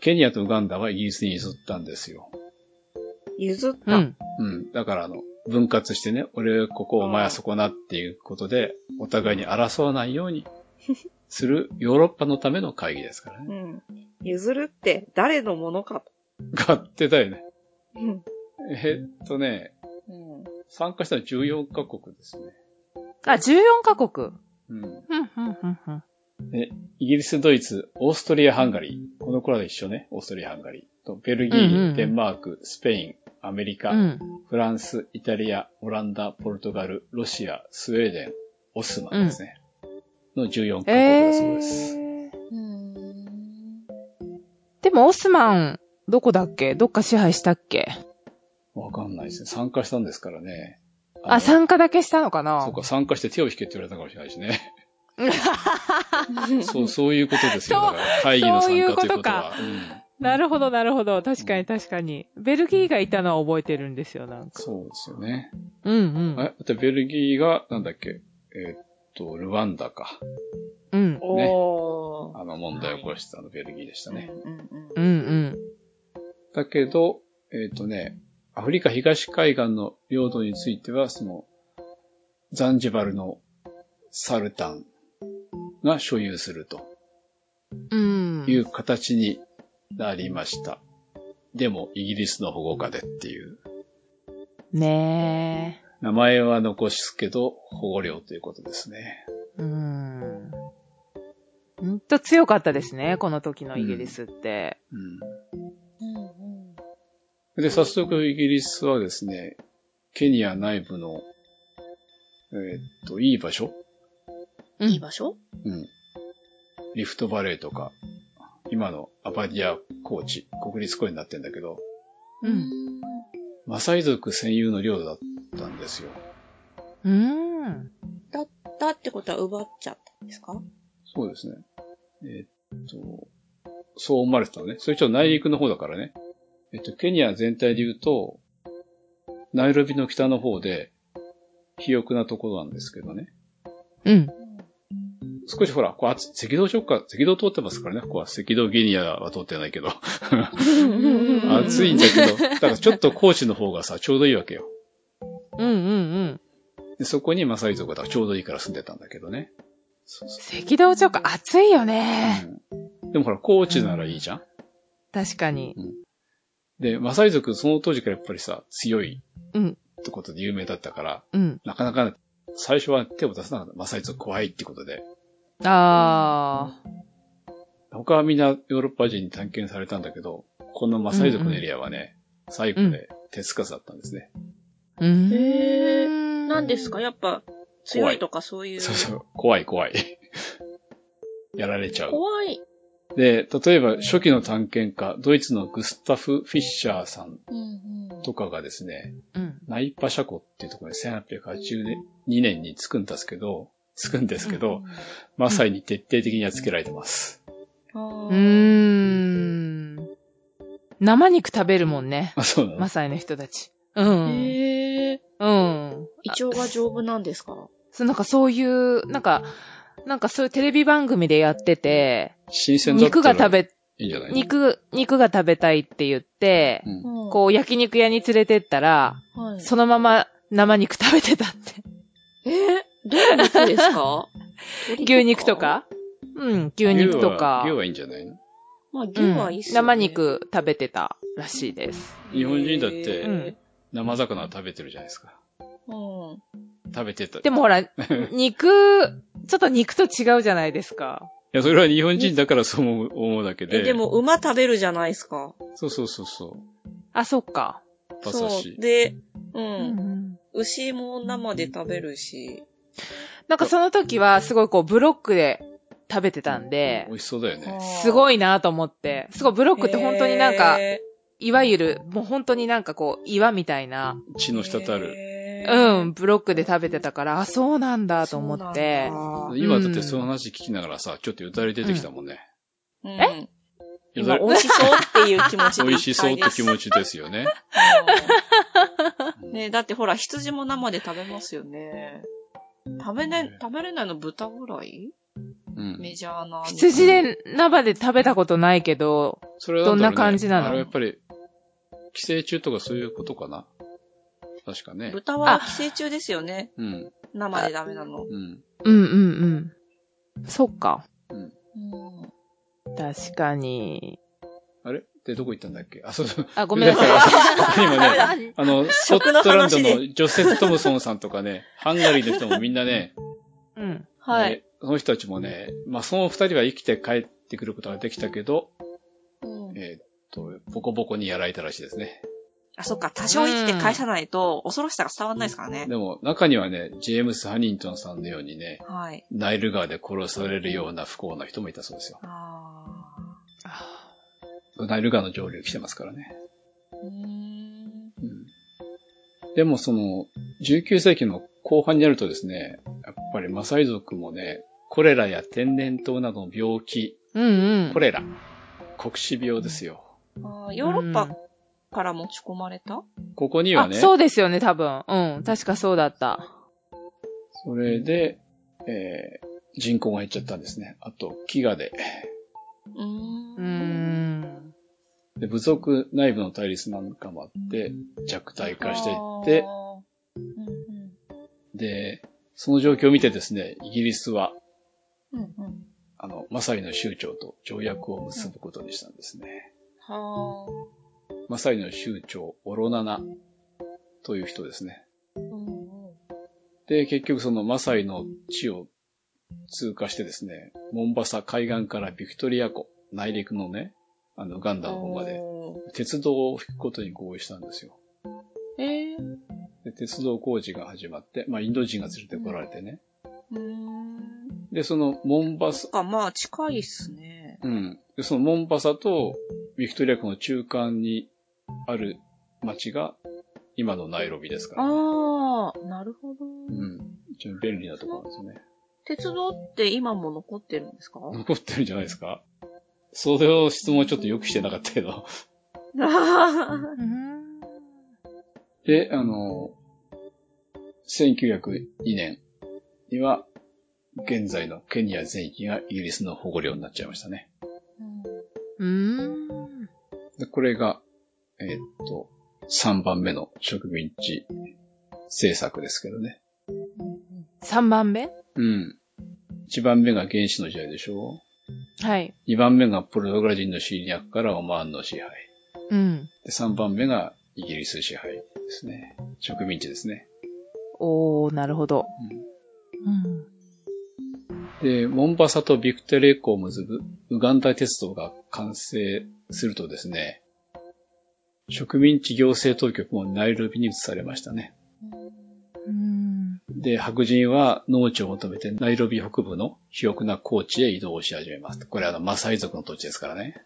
C: ケニアとウガンダはイギリスに譲ったんですよ。
D: 譲った。
B: う。うん。
C: うん。だから、あの、分割してね、俺ここ、お前はそこなっていうことで、お互いに争わないようにするヨーロッパのための会議で すからね。
D: うん。譲るって誰のものかと。
C: 勝手だよね。
D: うん。
C: えっとね、
D: うん。
C: 参加したの14カ国ですね。
B: あ、14カ国。
C: うん。
B: ふんふんふんふん。
C: イギリス、ドイツ、オーストリア、ハンガリー。この頃は一緒ね。オーストリア、ハンガリー。と、ベルギー、
B: うんうんうん
C: デンマーク、スペイン、アメリカ、
B: うん。
C: フランス、イタリア、オランダ、ポルトガル、ロシア、スウェーデン、オスマンですね。の14カ国だそうです。
B: えー
D: うん。
B: でも、オスマン、どこだっけどっか支配したっけ
C: わかんないですね。参加したんですからね。の
B: あ、参加だけしたのかな
C: そうか、参加して手を引けって言われたかもしれないし ね。そう、
D: そ
C: そういうことですよ。
B: そ
C: だ
B: う
C: から会議の参加と
B: そ
C: いう
B: いうう
C: こ
B: ことと
C: は
B: か。
C: うん
B: なるほど、なるほど。確かに、確かに。ベルギーがいたのは覚えてるんですよ、なんか。
C: そうですよね。
B: うんうん。
C: あ、あとベルギーが、なんだっけ、えーっと、ルワンダか。
B: うん。
D: う。おー。
C: あの問題を起こしたのベルギーでしたね。
D: うんうん
B: うんうん。
C: だけど、えっ、とね、アフリカ東海岸の領土については、その、ザンジバルのサルタンが所有すると
B: うん。
C: いう形になりました。でも、イギリスの保護下でっていう。
B: ね
C: 名前は残すけど、保護領ということですね。
B: え。うん。ほんと強かったですね、この時のイギリスって。
C: う
D: うん。
C: ん。で、早速イギリスはですね、ケニア内部の、えっ、と、いい場所
B: う
D: いい
B: ん。
D: 場所
C: うん。リフトバレーとか、今のアバディア高地、国立公園になってんだけど、
B: うん。
C: マサイ族専有の領土だったんですよ。
B: うん。
D: だったってことは奪っちゃったんですか
C: そうですね。えーっと、そう思われてたのね。それちょっと内陸の方だからね。えっと、ケニア全体で言うと、ナイロビの北の方で、肥沃なところなんですけどね。
B: うん。
C: 少しほら、こう、あつ赤道直下、赤道通ってますからね。ここは赤道ギニアは通ってないけど。
B: うん
C: 暑いんだけど、だからちょっと高地の方がさ、ちょうどいいわけよ。
B: うんうんうん。
C: で、そこにマサイ族がちょうどいいから住んでたんだけどね。そうそ
B: 赤道直下暑いよね。
C: う。うん、でもほら、高知ならいいじゃん、
B: 確かに。
C: で、マサイ族、その当時からやっぱりさ、強い
B: うん
C: ってことで有名だったから、
B: うん。
C: なかなかね、最初は手を出さなかった。マサイ族怖いってことで。
B: あ
C: 他はみんなヨーロッパ人に探検されたんだけど、このマサイ族のエリアはね、最後で手つかずだったんですね。
B: ー。うん。
D: へ
B: ー
D: 何ですかやっぱ強いとかそういう。
C: そうそう、怖い怖い。 やられちゃう。
D: 怖い。
C: で、例えば初期の探検家、ドイツのグスタフ・フィッシャーさん
D: うんうん
C: とかがですね、
B: うん。
C: ナイパシャ湖っていうところに1882年に着くんですけど、着くんですけど、まさに徹底的にやっつけられてます。
D: あ
B: うー
D: ー
B: ん。生肉食べるもんね。
C: あ、そうなの、
B: マサイの人たち。うん。
D: へえ。
B: うん。
D: 胃腸が丈夫なんですか
B: そう、なんかそういう、なんか、なんかそういうテレビ番組でやってて、
C: 新鮮だった
B: 肉
C: ら
B: が食べ、
C: いいんじゃない
B: 肉、肉が食べたいって言って、
C: うん
B: こう焼肉屋に連れてったら、
D: うん。はい。
B: そのまま生肉食べてたって。
D: えー、どういう肉ですか
B: 牛肉とかうん、牛肉とか
C: 牛は。牛はいいんじゃないの
D: まあ、牛
B: うん
D: はいいっすよね。
B: 生肉食べてたらしいです。
C: 日本人だって
D: へ
B: う
D: ー
B: ん。
C: 生魚食べてるじゃないですか。
D: うん。
C: 食べてた。い
B: でもほ ら、肉、ちょっと肉と違うじゃないですか。
C: や、それは日本人だからそう思う思うだけで。
D: え、でも、馬食べるじゃないですか。
C: そうそうそうそう。
B: あ、そっか。
C: 馬刺
D: そ
C: し
D: う。。で、う。
B: うんん
D: 牛も生で食べるし。
B: なんかその時はすごいこうブロックで食べてたんで
C: 美、味しそうだよね。
B: すご
D: い。
B: いなと思って。すごいブロックって本当になんか、
D: へ
B: いわゆる、もう本当になんかこう、岩みたいな、
C: 血
D: ー、
C: の滴る。
D: へー。
B: うん、ブロックで食べてたから、あ、そうなんだと思って。
D: そう
C: 今だってその話聞きながらさ、ちょっとよだれ出てきたもんね。
D: なんだうん
C: よ
D: 今、
C: だ
D: 美
C: れ
D: 味しそうっていう気持ちで。
C: 美味しそうって気持ちですよね。
D: うんねだってほら、羊も生で食べますよね。食べね、食べれないの豚ぐらい
C: うん。
D: メジャーな。
B: 羊で生で食べたことないけど、
C: それはだろうね
B: どんな感じなの
C: あれはやっぱり、寄生虫とかそういうことかな。確かね。
D: 豚は寄生虫ですよね。
C: うん。
D: 生でダメなの。
C: うん。
B: うんうんうん。そっか。
C: うん。
D: うん
B: 確かに。
C: あれってどこ行ったんだっけあ、そうそう。
B: あ、ごめんなさい。
C: 今
D: ダメ だ
C: ね、あの、スコ
D: 食
C: ッ
D: の
C: トランド
D: 話で
C: のジョセフ・トムソンさんとかね、ハンガリーの人もみんなね、
B: うん。
D: はい。
C: えーその人たちもね、まあ、その二人は生きて帰ってくることができたけど、
D: うん
C: えーっと、ボコボコにやられたらしいですね。
D: あ、そっか。多少生きて返さないと、恐ろしさが伝わんないですからね。
C: でも、中にはね、ジェームス・ハニントンさんのようにね、
D: はい。
C: ナイル川で殺されるような不幸な人もいたそうですよ。
D: あ
C: ナイル川の上流来てますからね。
D: ーうーん。
C: うん、でも、その、19世紀の後半になるとですね、やっぱりマサイ族もね、コレラや天然痘などの病気、
B: うんうん。
C: コレラ、黒死病ですよ。
D: あーヨーロッパから持ち込まれた
C: ここにはね、
B: あ、そうですよね、多分。うん。確かそうだった。
C: それで、えー人口が減っちゃったんですね。あと、飢餓で。
D: うーん。
B: うーん。
C: で部族内部の対立なんかもあって、弱体化していっ
D: あ
C: て、
D: ーうん
C: で、その状況を見てですね、イギリスは、
D: うん。うんうん。
C: あの、マサイの酋長と条約を結ぶことにしたんですね。
D: はあ。
C: マサイの酋長、オロナナという人ですね。
D: うんうん。
C: で、結局そのマサイの地を通過してですね、モンバサ海岸からビクトリア湖、内陸のね、あの、ウガンダの方まで、鉄道を引くことに合意したんですよ。
D: えー、
C: で鉄道工事が始まって、まあ、インド人が連れてこられてね。
D: うーん。
C: で、その、モンバサ、
D: か、まあ、近いっすね。
C: うん。で、そのモンバサとビクトリア湖の中間にある町が、今のナイロビですから、
D: ああ、なるほど。
C: うん。非常に便利なところですね。
D: 鉄道って今も残ってるんですか
C: 残ってるんじゃないですかそれを質問ちょっとよくしてなかったけど。で、あの、1902年には、現在のケニア全域がイギリスの保護領になっちゃいましたね。
B: うーん。
C: で、これが、えーっと、3番目の植民地政策ですけどね。
B: 3番目
C: うん。1番目が原始の時代でしょ
B: はい。
C: ?2 番目がポルトガル人の侵略からオマーンの支配。
B: うん。
C: で、3番目がイギリス支配ですね。植民地ですね。
B: おー、なるほど。うん。
C: で、モンバサとビクテレ湖を結ぶウガンダ鉄道が完成するとですね、植民地行政当局もナイロビに移されましたね。
B: うん。
C: で、白人は農地を求めてナイロビ北部の肥沃な高地へ移動し始めます。これはあのマサイ族の土地ですからね。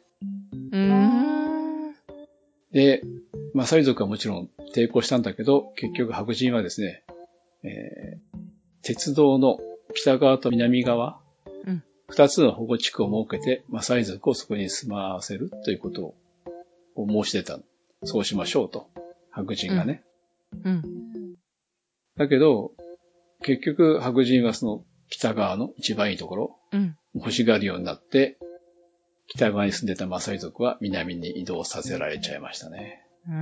B: うーん。
C: で、マサイ族はもちろん抵抗したんだけど、結局白人はですね、えー鉄道の北側と南側、
B: うん
C: 二つの保護地区を設けて、マサイ族をそこに住まわせるということを申し出た。そうしましょうと。白人がね。
B: うん。
C: だけど、結局白人はその北側の一番いいところ、
B: うん。
C: 欲しがるようになって、北側に住んでたマサイ族は南に移動させられちゃいましたね。
B: うー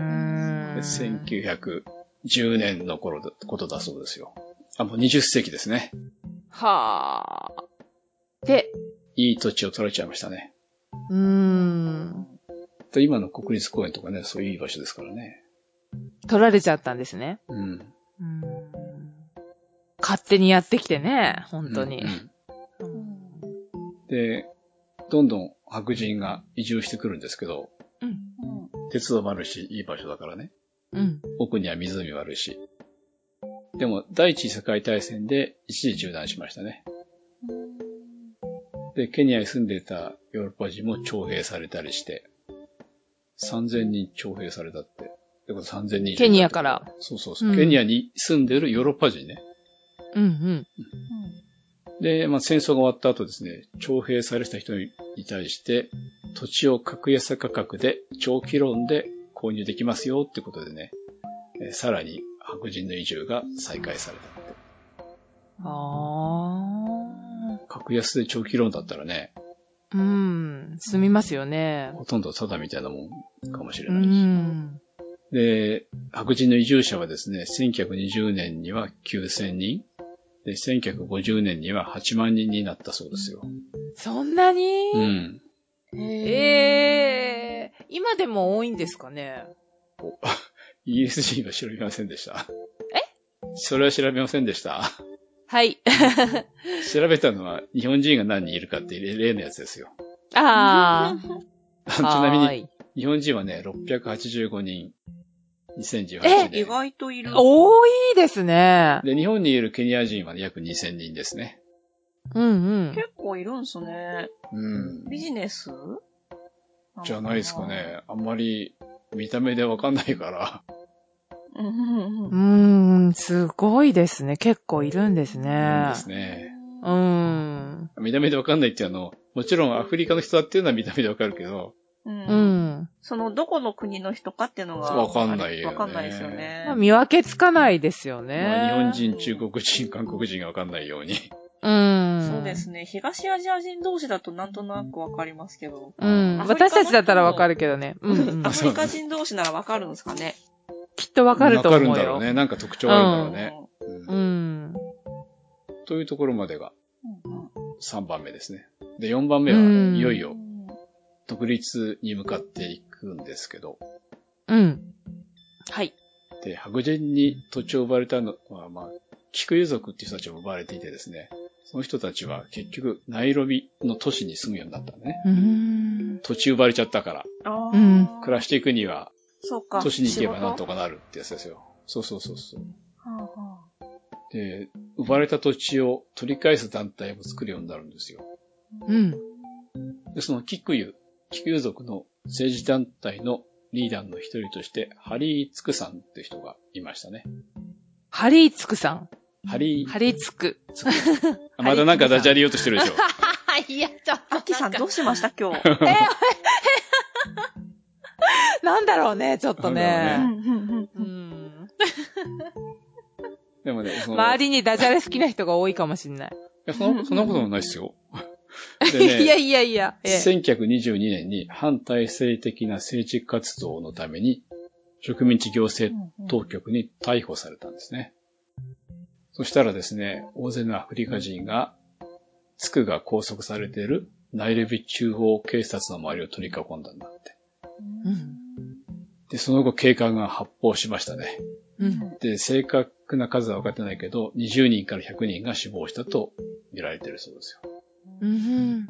B: ん。
C: 1910年の頃だことだそうですよ。あ、もう20世紀ですね。
B: はー。で、
C: いい土地を取られちゃいましたね。
B: うーん。
C: で今の国立公園とかね、そういういい場所ですからね。
B: 取られちゃったんですね。
C: うん。
B: うーん。勝手にやってきてね、本当に
C: う。ん
B: うん
C: うんで、どんどん白人が移住してくるんですけど、
D: うん
C: 鉄道もあるし、いい場所だからね。
B: うん。
C: 奥には湖もあるし。でも、第一次世界大戦で一時中断しましたね。で、ケニアに住んでいたヨーロッパ人も徴兵されたりして、3000人徴兵されたって。ってこと3000人以上
B: ケニアから。
C: そうそうそう。
B: うん
C: ケニアに住んでるヨーロッパ人ね。
B: うんうん。
C: で、まあ、戦争が終わった後ですね、徴兵されてた人に対して、土地を格安価格で、長期ローンで購入できますよってことでね、えーさらに白人の移住が再開されたって。
B: あ
C: 格安で長期ローンだったらね、
B: ー。うん。住みますよね。
C: ほとんどタダみたいなもんかもしれ
B: う
C: ないし。
B: ん。
C: で、白人の移住者はですね、1920年には9000人、で、1950年には8万人になったそうですよ。
B: そんな
C: う
B: に
C: ん。
B: ええー。今でも多いんですかね。
C: イギリス人は調べませんでした。えそれは調べませんでした。
B: はい。
C: 調べたのは日本人が何人いるかっていう例のやつですよ。
B: あ
C: あ
B: ー。
C: ちなみ
B: はー
C: に、
B: い。
C: 日本人はね、685人。2018
B: え
D: 意
C: 年。
D: 外といる。
B: 多いですね。
C: で、日本にいるケニア人は、ね、約2000人ですね。
B: うん
D: 結構いるんすね。
C: うん。
D: ビジネス
C: じゃないですか。ね。あんまり見た目でわかんないから。
D: うんうん
B: う
D: うん
B: ん。うーん、すごいですね。結構いるんです
C: いる
B: ね
C: んで。すね。
B: うーん。
C: 見た目でわかんないっていうの、もちろんアフリカの人だっていうのは見た目でわかるけど、
B: う
D: うん
B: ん。
D: その、どこの国の人かっていうのが。
C: わかんないよね
D: わかんないですよね。
B: まあ、見分けつかないですよね。
C: まあ、日本人、中国人、韓国人がわかんないように。
B: うん。
D: そうですね。東アジア人同士だとなんとなくわかりますけど。
B: うん。
D: アフリカの
B: 私
D: 人も
B: たちだったらわかるけどね。うん、うん
D: アフリカ人同士ならわかるんですかね。
B: きっとわかると思うよ。
C: わかるんだろうね。なんか特徴あるんだろうね。うん
B: うん。
C: というところまでが
D: うん。うん
C: 3番目ですね。で、4番目は、
B: うん
C: いよいよ独立に向かっていくんですけど、
B: うん。はい。
C: で、白人に土地を奪われたのは、まあ、菊遊族っていう人たちも奪われていてですね、その人たちは結局、ナイロビの都市に住むようになったのね。
B: うーん。
C: 土地奪われちゃったから、
D: あー
B: うん
C: 暮らしていくには、
D: そうか。
C: 都市に行けばなんと
D: か。
C: かなるってやつですよ。そうそうそうそう。
D: はあは
C: で、奪われた土地を取り返す団体を作るようになるんですよ。
D: あ
B: うん。
C: で、そのキクユ、キクユ族の政治団体のリーダーの一人として、ハリー・ツクさんって人がいましたね。
B: ハリーツクさん。
C: ハリ
B: ハ
C: ー・
B: リーツク。
C: ツクさん。あまたなんかダジャレ言おうとしてるで しょ。
B: いや、ちょっと。
D: アキさんどうしました今日。
B: なんだろうね、ちょっと
D: う
C: な
B: ね。
C: ん
D: うんう
B: うんん。
C: でもね、その、
B: 周りにダジャレ好きな人が多いかもしれない。
C: いやそのそんなこともないです よ。で
B: いや
C: ね、
B: いやいや。ええ
C: 1922年に反体制的な政治活動のために、植民地行政
D: うん
C: 当局に逮捕されたんですね。そしたらですね、大勢のアフリカ人が、ツクが拘束されているナイルビ中央警察の周りを取り囲んだんだって。
B: うん。
C: で、その後警官が発砲しましたね。
B: うん。
C: で、正確な数は分かってないけど、20人から100人が死亡したと見られてるそうですよ。
B: うん。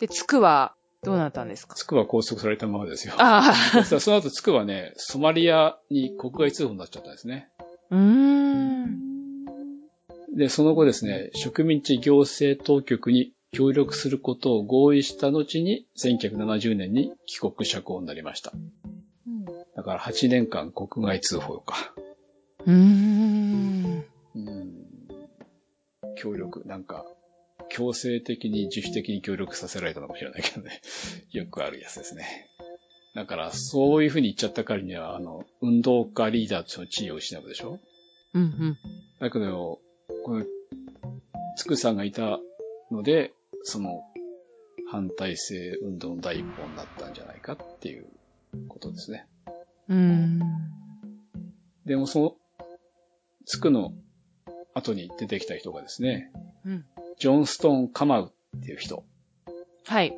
B: で、ツクは、どうなったんですか
C: ツクは拘束されたままですよ。
B: ああ。
C: そしたらその後ツクはね、ソマリアに国外通報になっちゃったんですね。
B: うーん。
C: で、その後ですね、植民地行政当局に協力することを合意した後に、1970年に帰国釈放になりました。だから8年間国外通報か。
B: うーん。
C: うん。協力、なんか、強制的に自主的に協力させられたのかもしれないけどね。 よくあるやつですね。だから、そういうふうに言っちゃったからには、あの、運動家リーダーとしての地位を失うでしょ
B: うん、
C: だけど、この、つくさんがいたので、その、反体制運動の第一歩になったんじゃないかっていうことですね。
B: うん。うん。
C: でもその、つくの後に出てきた人がですね、
B: うん。
C: ジョン・ストーン・カマウっていう人。
B: はい。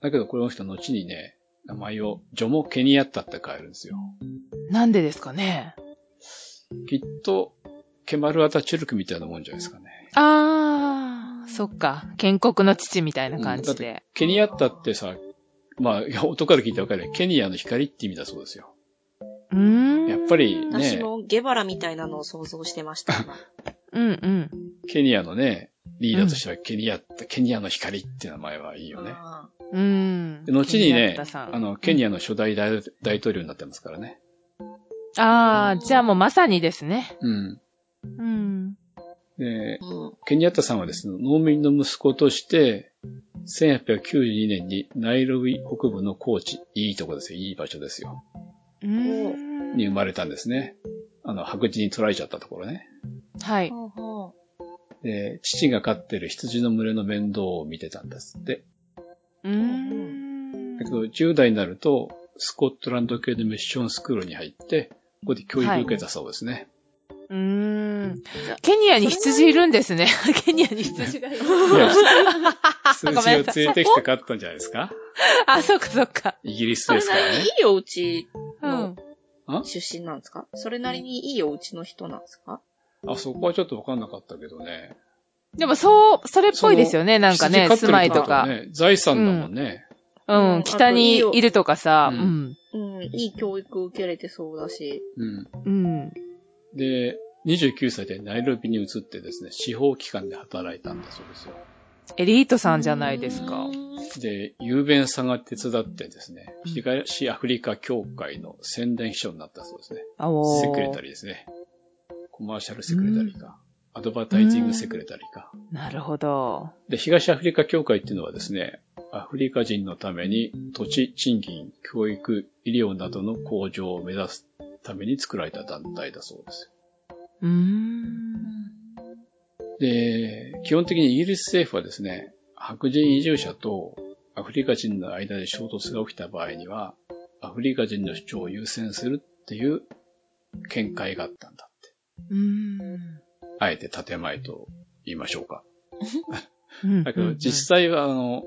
C: だけどこの人後にね、名前をジョモ・ケニアッタって変えるんですよ。
B: なんでですかね
C: きっと、ケマルアタチュルクみたいなもんじゃないですかね。
B: あー、そっか。建国の父みたいな感
C: うんだっ
B: じ
C: て
B: で。
C: ケニアッタってさ、まあ、いや音から聞いてわかるようにケニアの光って意味だそうですよ。
B: うーん。
C: やっぱりね
D: 私もゲバラみたいなのを想像してました。今
B: うんうん。
C: ケニアのね、リーダーとしてはケニアッタ、ケニアの光って名前はいいよね。
D: あー
B: うん。
C: で後に
B: ケニアッ
C: ね
B: タ、さん
C: あの、ケニアの初代大大統領になってますからね。
B: あー、じゃあもうまさにですね。
C: うん。
B: うん。
C: で、
D: うん
C: ケニアッタさんはですね、農民の息子として、1892年にナイロビ北部の高地、いいとこですよ、いい場所ですよ、
B: うーん
C: に生まれたんですね。あの、白人に取られちゃったところね。
B: はい。
D: ほう ほ
C: で、父が飼ってる羊の群れの面倒を見てたんですって。
B: うーん
C: だけ。ど、10代になると、スコットランド系のミッションスクールに入って、ここで教育を受けたそうですね。
B: うーん。ケニアに羊いるんですね。ケニアに 羊がいる。
C: いや、
B: ご
C: 数字を
B: めん
C: 連
B: なさい
C: れてきて勝ったんじゃないですか
B: あ、そっかそっか。
C: イギリス
D: そ
C: で
D: れ
C: す
D: な
C: か
D: り
C: らね
D: にい。いお家
B: うん。
D: 出身なんですかそれなりにいいお家の人なんですか
C: あ、そこはちょっとわかんなかったけどね。
B: でもそう、それっぽいですよね。なんかね、
C: 羊飼って
B: 住
C: る
B: まい
C: ってことは
B: か。
C: ね、財産だもんね。
B: うん、北にいるとかさ、
C: う
B: うんん。
D: うん、いい教育を受けれてそうだし。
C: うん。
B: うん。
C: で、29歳でナイロビに移ってですね、司法機関で働いたんだそうですよ。
B: エリートさんじゃないですか
D: う。ん
C: で、雄弁さんが手伝ってですね、東アフリカ協会の宣伝秘書になったそうですね。
B: あお
C: セクレタリーですね。コマーシャルセクレタリーか。アドバタイジングセクレタリーか。
B: なるほど。
C: で、東アフリカ協会っていうのはですね、アフリカ人のために土地、賃金、教育、医療などの向上を目指すために作られた団体だそうです。
B: うーん。
C: で、基本的にイギリス政府はですね、白人移住者とアフリカ人の間で衝突が起きた場合には、アフリカ人の主張を優先するっていう見解があったんだって。
B: うーん。
C: あえて建前と言いましょうか。
B: うん
C: だけど実
B: 際。
C: 際はあの、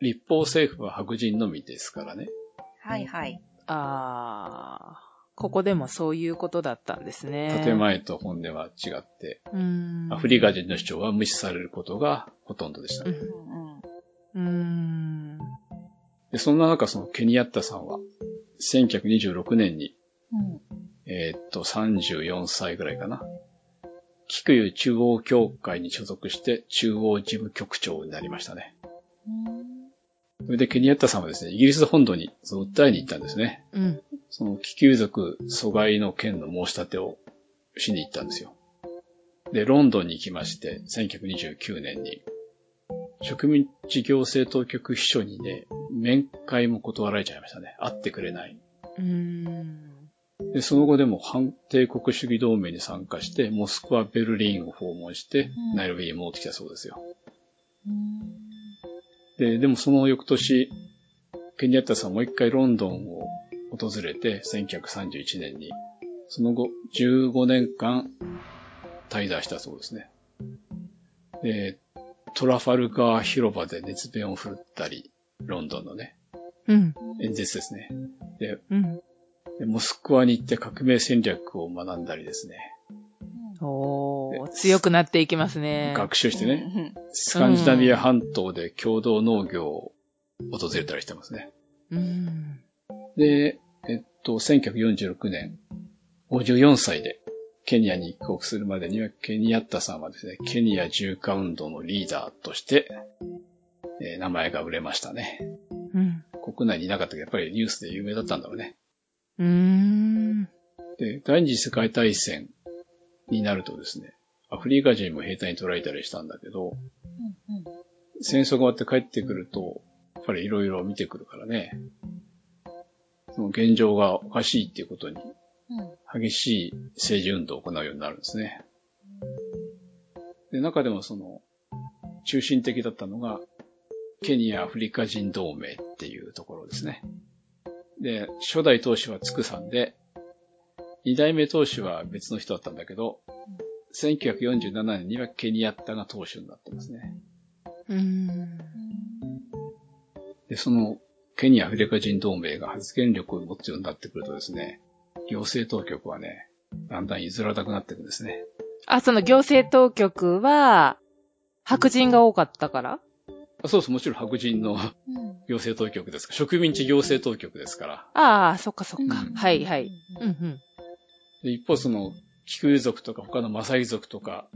C: 立法政府は白人のみですからね。
D: はいはい。
B: あー。ここでもそういうことだったんですね。
C: 建。前と本音は違って、
B: うーん。
C: アフリカ人の主張は無視されることがほとんどでした。
B: う
D: うんん
B: うーん。
C: でそんな中、そのケニアッタさんは、1926年に、
D: うん。
C: えーっと、34歳ぐらいかな。キクユ中央協会に所属して中央事務局長になりましたね。それでケニアッタさんはですね、イギリス本土にその訴えに行ったんですね。
B: うん。
C: その気球族阻害の件の申し立てをしに行ったんですよ。で、ロンドンに行きまして、1929年に、植民地行政当局秘書にね、面会も断られちゃいましたね。会ってくれない。
B: うーん。
C: で、その後でも反帝国主義同盟に参加して、モスクワ、ベルリンを訪問して、
D: うん
C: ナイロビに戻ってきたそうですよ。で、でもその翌年、ケニアッタさんもう一回ロンドンを訪れて、1931年に、その後15年間滞在したそうですね。で、トラファルガー広場で熱弁を振るったり、ロンドンのね、
B: うん。
C: 演説ですね。
B: うん。
C: でモスクワに行って革命戦略を学んだりですね。
B: おー。強くなっていきますね。
C: 学習して
D: ね。
C: ね、スカンジナビア半島で共同農業を訪れたりしてますね。
B: うん。
C: で、えっと、1946年、54歳で、ケニアに帰国するまでには、ケニアッタさんはですね、ケニア重化運動のリーダーとして、えー名前が売れましたね。
B: うん。
C: 国内にいなかったけど、やっぱりニュースで有名だったんだろうね。
B: うーん。
C: で、第二次世界大戦になるとですね、アフリカ人も兵隊に捕らえたりしたんだけど、戦争が終わって帰ってくると、やっぱりいろいろ見てくるからね、その現状がおかしいっていうことに激しい政治運動を行うようになるんですね。で、中でもその、中心的だったのが、ケニア・アフリカ人同盟っていうところですね。で、初代当主はツクさんで、二代目当主は別の人だったんだけど、1947年にはケニアッタが当主になってますね。
B: うーん。
C: で、そのケニア・アフリカ人同盟が発言力を持つようになってくるとですね、行政当局はね、だんだん譲らなくなっていくんですね。
B: あ、その行政当局は、白人が多かったから
C: あそうそう、もちろん白人の
D: う ん
C: 行政当局ですから、植民地行政当局ですから。
B: ああ、そっかそっか。
D: うん
B: はいはい。
D: う
B: うんうん。
C: で一方その、キクー族とか他のマサイ族とか、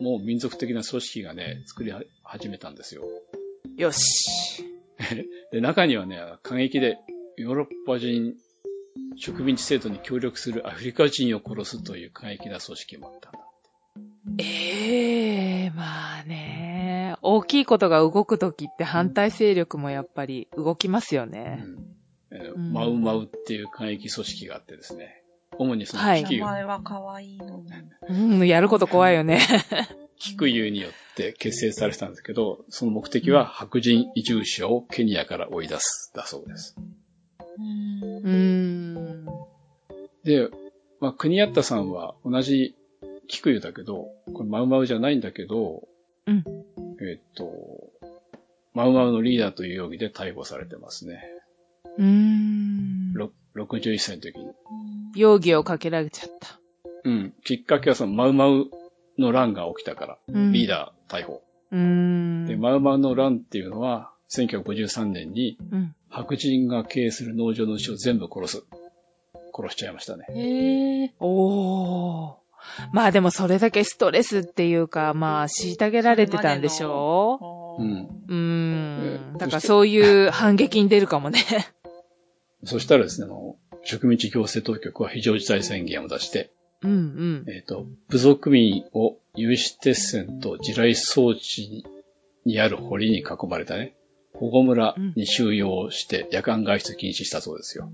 C: もう民族的な組織がね、作りは始めたんですよ。
B: よし。
C: で、中にはね、過激でヨーロッパ人植民地制度に協力するアフリカ人を殺すという過激な組織もあったんだ。
B: ええまあね。大きいことが動くときって反対勢力もやっぱり動きますよね。
C: うんえー
B: うん
C: マウマウっていう過激組織があってですね、主にその
B: はい
C: キクユ,、
D: 名前は可愛いのに。
B: うん、やること怖いよね。
C: キクユによって結成されてたんですけど、その目的は白人移住者をケニアから追い出すだそうです。
B: うーん。
C: で、まあ、クニアッタさんは同じキクユだけど、これマウマウじゃないんだけど、
B: うん
C: えーっと、マウマウのリーダーという容疑で逮捕されてますね。
B: うーん。
C: ろ61歳の時に。
B: 容疑をかけられちゃった。
C: うん。きっかけはそのマウマウの乱が起きたから、リー
B: ー。
C: ダー逮捕。
B: うーん。
C: で、マウマウの乱っていうのは、1953年に
B: うん。
C: 白人が経営する農場の牛を全部殺す。殺しちゃいましたね。
D: へえ。
B: おー。まあでもそれだけストレスっていうか、まあ、虐げられてたんでしょ
C: うん。
B: ううーん。
C: え
B: だからそういう反撃に出るかもね。
C: そしたらですね、あの植民地行政当局は非常事態宣言を出して、
B: うんうん。
C: えっ、と、部族民を有刺鉄線と地雷装置にある堀に囲まれたね、保護村に収容して夜間外出禁止したそうですよ。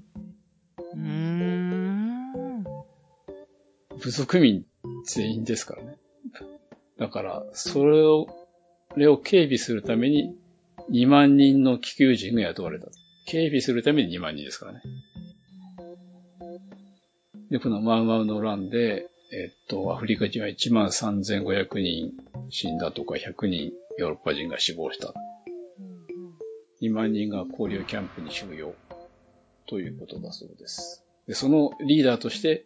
B: うーん。
C: 部族民全員ですからね。だから、それを、それを警備するために2万人の気球人が雇われた。警備するために2万人ですからね。で、このマウマウの乱で、えっと、アフリカ人は1万3500人死んだとか100人ヨーロッパ人が死亡した。2万人が交流キャンプに収容ということだそうです。で、そのリーダーとして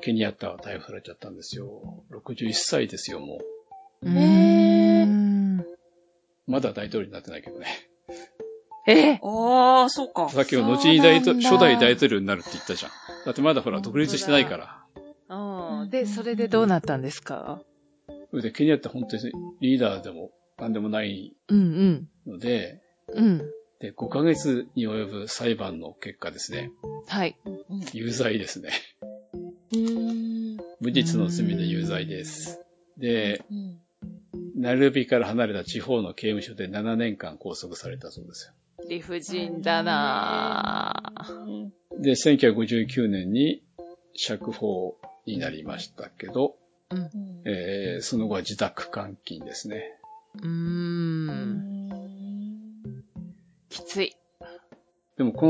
C: ケニアッタは逮捕されちゃったんですよ。61歳ですよ、も
B: うーん。
C: う。まだ大統領になってないけどね。
B: え
D: ああ、そうか。
C: さっきの後に大
B: そう
C: 統
B: なんだ
C: 初代大統領になるって言ったじゃん。だってまだほら、独立してないから。
B: うん。で、それでどうなったんですか
C: それでケニアって本当にリーダーでも何でもない
B: うん
C: ので、
B: うん。うん。
C: で、5ヶ月に及ぶ裁判の結果ですね、
B: はい。
D: うん
C: 有罪ですね。
D: うん
C: 無実の罪で有罪です。で、ナルビから離れた地方の刑務所で7年間拘束されたそうですよ。
B: 理不尽だなぁ。
D: うん
C: で、1959年に釈放になりましたけど、
D: うん
C: えーその後は自宅監禁ですね。
B: うーん。きつい。
C: でもこ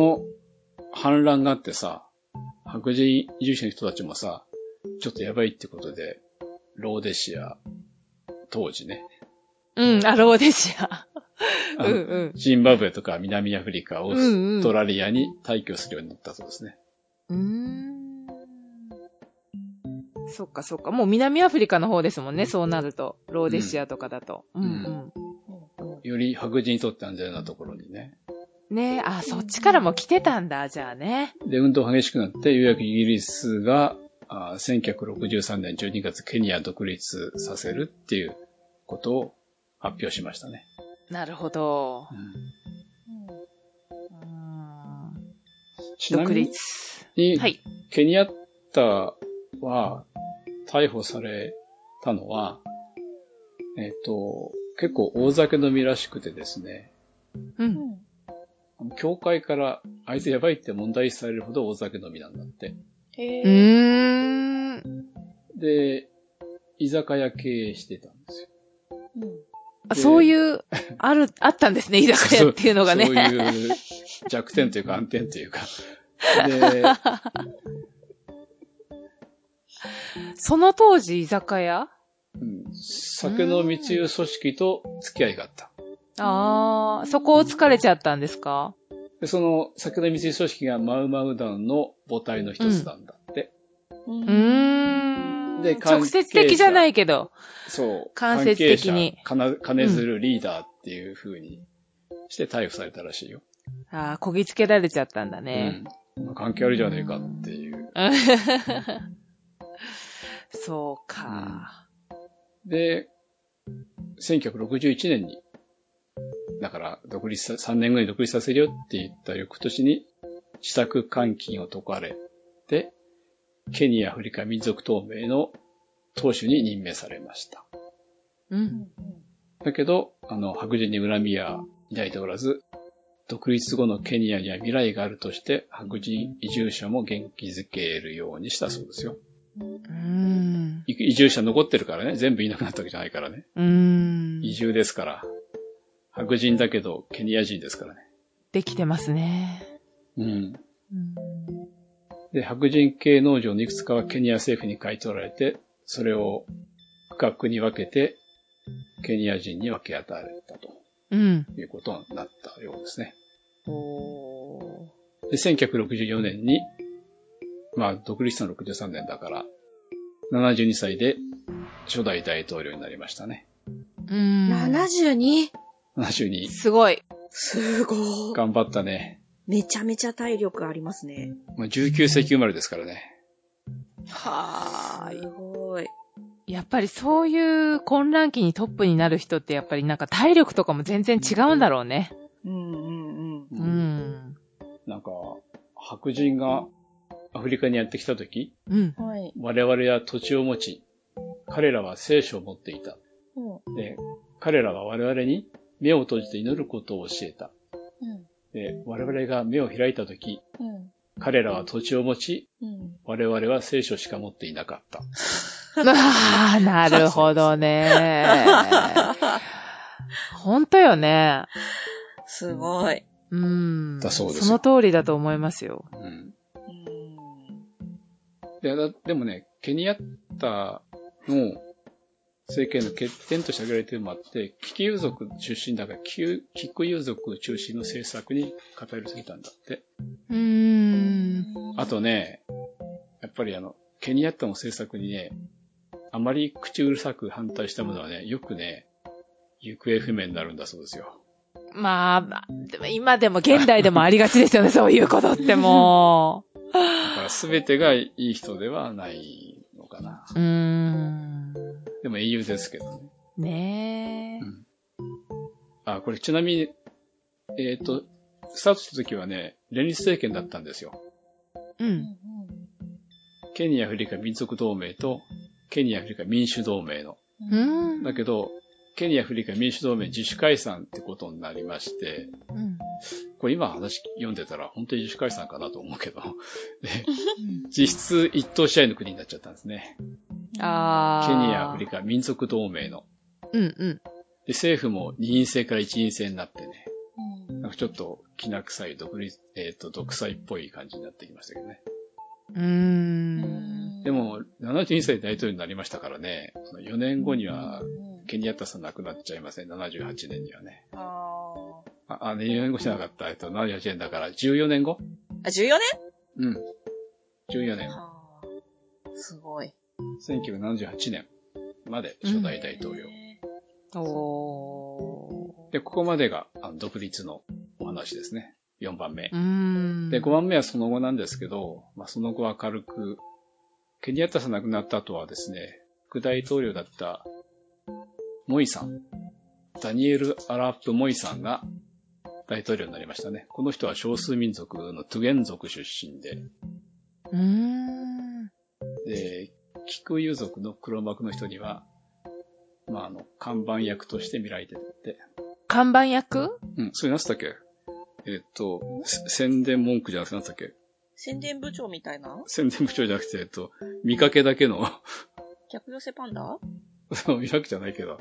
C: の反乱があってさ、白人移住者の人たちもさ、ちょっとやばいってことで、ローデシア、当時ね、
B: うん、あ、ローデシア。
C: あ
B: うんうん。
C: ジンバブエとか南アフリカ、オ
B: うんう
C: ー
B: ん
C: ストラリアに退去するようになったそうですね。
B: うーんそっかそっか。もう南アフリカの方ですもんね、そうなると。ローデシアとかだと。うんんうん。
C: より白人にとって安全なところにね。
B: ねえ、あ、そっちからも来てたんだ、じゃあね。
C: で、運動激しくなって、ようやくイギリスが、あ1963年12月、ケニア独立させるっていうことを発表しましたね。
B: なるほど。
C: うん
B: うーん
C: ちな
B: 独
C: みに
B: 立。、はい。
C: ケニアッタは逮捕されたのは、えっ、と、結構大酒飲みらしくてですね、
B: うん。
C: 教会からあいつやばいって問題視されるほど大酒飲みなんだって。
B: うーん。
C: で、居酒屋経営してたんですよ。
B: あそういう、ある、あったんですね、居酒屋 っていうのがね。
C: そういう弱点というか暗点というか。で、
B: その当時、居酒屋
C: うん酒の密輸組織と付き合いがあった。
B: ああ、そこを疲れちゃったんですか
C: で、その、桜光井組織がマウマウ団の母体の一つなんだって。
D: う
B: うんーん。
C: で
B: 直接的じゃないけど。
C: そう。
B: 間接的に
C: 関係者。金金づるリーダーっていう風にして逮捕されたらしいよ。
B: ああ、こぎつけられちゃったんだね。
C: うん。関係あるじゃねえかっていう。
B: そうか。
C: で、1961年に、だから、独立さ、3年後に独立させるよって言った翌年に、自作監禁を解かれて、ケニア・アフリカ民族同盟の党首に任命されました。
B: うん。
C: だけど、あの、白人に恨みや抱いておらず、独立後のケニアには未来があるとして、白人移住者も元気づけるようにしたそうですよ。
B: うーん。
C: い移住者残ってるからね、全部いなくなったわけじゃないからね。
B: うーん。
C: 移住ですから。白人だけど、ケニア人ですからね。
B: できてますね。
C: うん。
B: うん
C: で、白人系農場のいくつかはケニア政府に買い取られて、それを区画に分けて、ケニア人に分け与えたと
B: うん。
C: いうことになったようですね。
D: おー
C: で、1964年に、まあ、独立したの63年だから、72歳で初代大統領になりましたね。
B: うーん。
D: 72?
C: 72。
B: すごい。
D: すごい。
C: 頑張ったね。
D: めちゃめちゃ体力ありますね。
C: まあ、19世紀生まれですからね。
D: はーい。すごい。
B: やっぱりそういう混乱期にトップになる人ってやっぱりなんか体力とかも全然違うんだろうね。
D: うんうんうん。
B: う。ん。
C: なんか、白人がアフリカにやってきた時、
B: うん。
D: はい。
C: 我々は土地を持ち、彼らは聖書を持っていた。
D: うん
C: で、彼らは我々に目を閉じて祈ることを教えた。
D: うん
C: で、我々が目を開いた時、
D: うん
C: 彼らは土地を持ち、
D: うん。
C: 我々は聖書しか持っていなかった。
B: ああ、なるほど ね。ほんとよね。
D: すごい。
B: うん。
C: だそうですよ
B: その通りだと思いますよ。
C: うん、
D: うん
C: でだでもね、ケニアッタの政権の欠点として挙げられているのもあって、キキユ族出身だから、キユキクユ族中心の政策に偏りすぎたんだって。
B: うーん。
C: あとね、やっぱりあの、ケニアッタの政策にね、あまり口うるさく反対したものはね、よくね、行方不明になるんだそうですよ。
B: まあ、でも今でも現代でもありがちですよ ね、そういうことっても
C: だから全てがいい人ではないのかな。
B: う。うーん。
C: でも英雄ですけどね。
B: ねえ。
C: あ、これちなみに、えっ、と、スタートした時はね、連立政権だったんですよ。
B: うん。
C: ケニア・アフリカ民族同盟と、ケニア・アフリカ民主同盟の。
B: うん。
C: だけど、ケニア・アフリカ民主同盟自主解散ってことになりまして、
B: うん
C: これ今話読んでたら本当に自主解散かなと思うけど、 で実質一党支配の国になっちゃったんですね。
B: ああ。
C: ケニア・アフリカ民族同盟の。
B: うんうん。
C: で、政府も二院制から一院制になってね、なんかちょっときな臭い、独立、えっ、と、独裁っぽい感じになってきましたけどね。
B: うーん。
C: でも、72歳で大統領になりましたからね、その4年後には、ケニアッタさん亡くなっちゃいません、78年にはね。
D: あーあ
C: あ、あ4年後じゃなかった、えっと、78年だから、14年後
D: 14年
C: うん。14年、
D: あーすごい。
C: 1978年まで初代大統領。
B: おー。
C: で、ここまでが、あの、独立のお話ですね。4番目
B: う。ーん。
C: で、5番目はその後なんですけど、まあ、その後は軽く、ケニアッタさん亡くなった後はですね、副大統領だった、モイさん、ダニエル・アラップ・モイさんが大統領になりましたね。この人は少数民族のトゥゲン族出身で、
B: うーん。
C: で、キクユ族の黒幕の人には、まあ、あの、看板役として見られてて、
B: 看板役
C: うん、それなんつったっけえっと、せ宣伝文句じゃなくてなんつったっけ
D: 宣伝部長みたいな
C: 宣伝部長じゃなくて、えっと、見かけだけの、
D: 客寄せパンダ
C: そう、開くじゃないけど。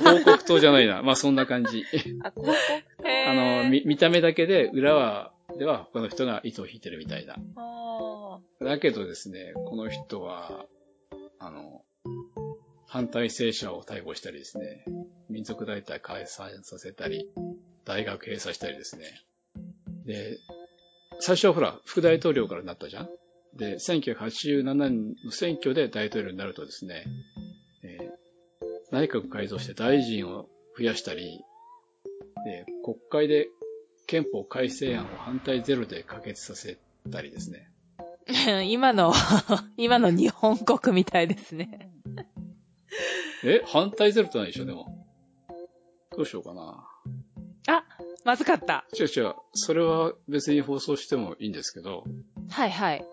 C: 広告塔じゃないな。まあそんな感じ。
D: あ、広告
C: あの、
B: み
C: み見た目だけで、裏は、では他の人が糸を引いてるみたいな。
D: あ
C: だけどですね、この人は、あの、反対政者を逮捕したりですね、民族大隊解散させたり、大学閉鎖したりですね。で、最初はほら、副大統領からなったじゃんで、1987年の選挙で大統領になるとですね、えー内閣改造して大臣を増やしたり、で、国会で憲法改正案を反対ゼロで可決させたりですね。
B: 今の、今の日本国みたいですね。
C: え反対ゼロってないでしょ、でも。どうしようかな。
B: まずかった。
C: 違う違う。それは別に放送してもいいんですけど、
B: はいはい。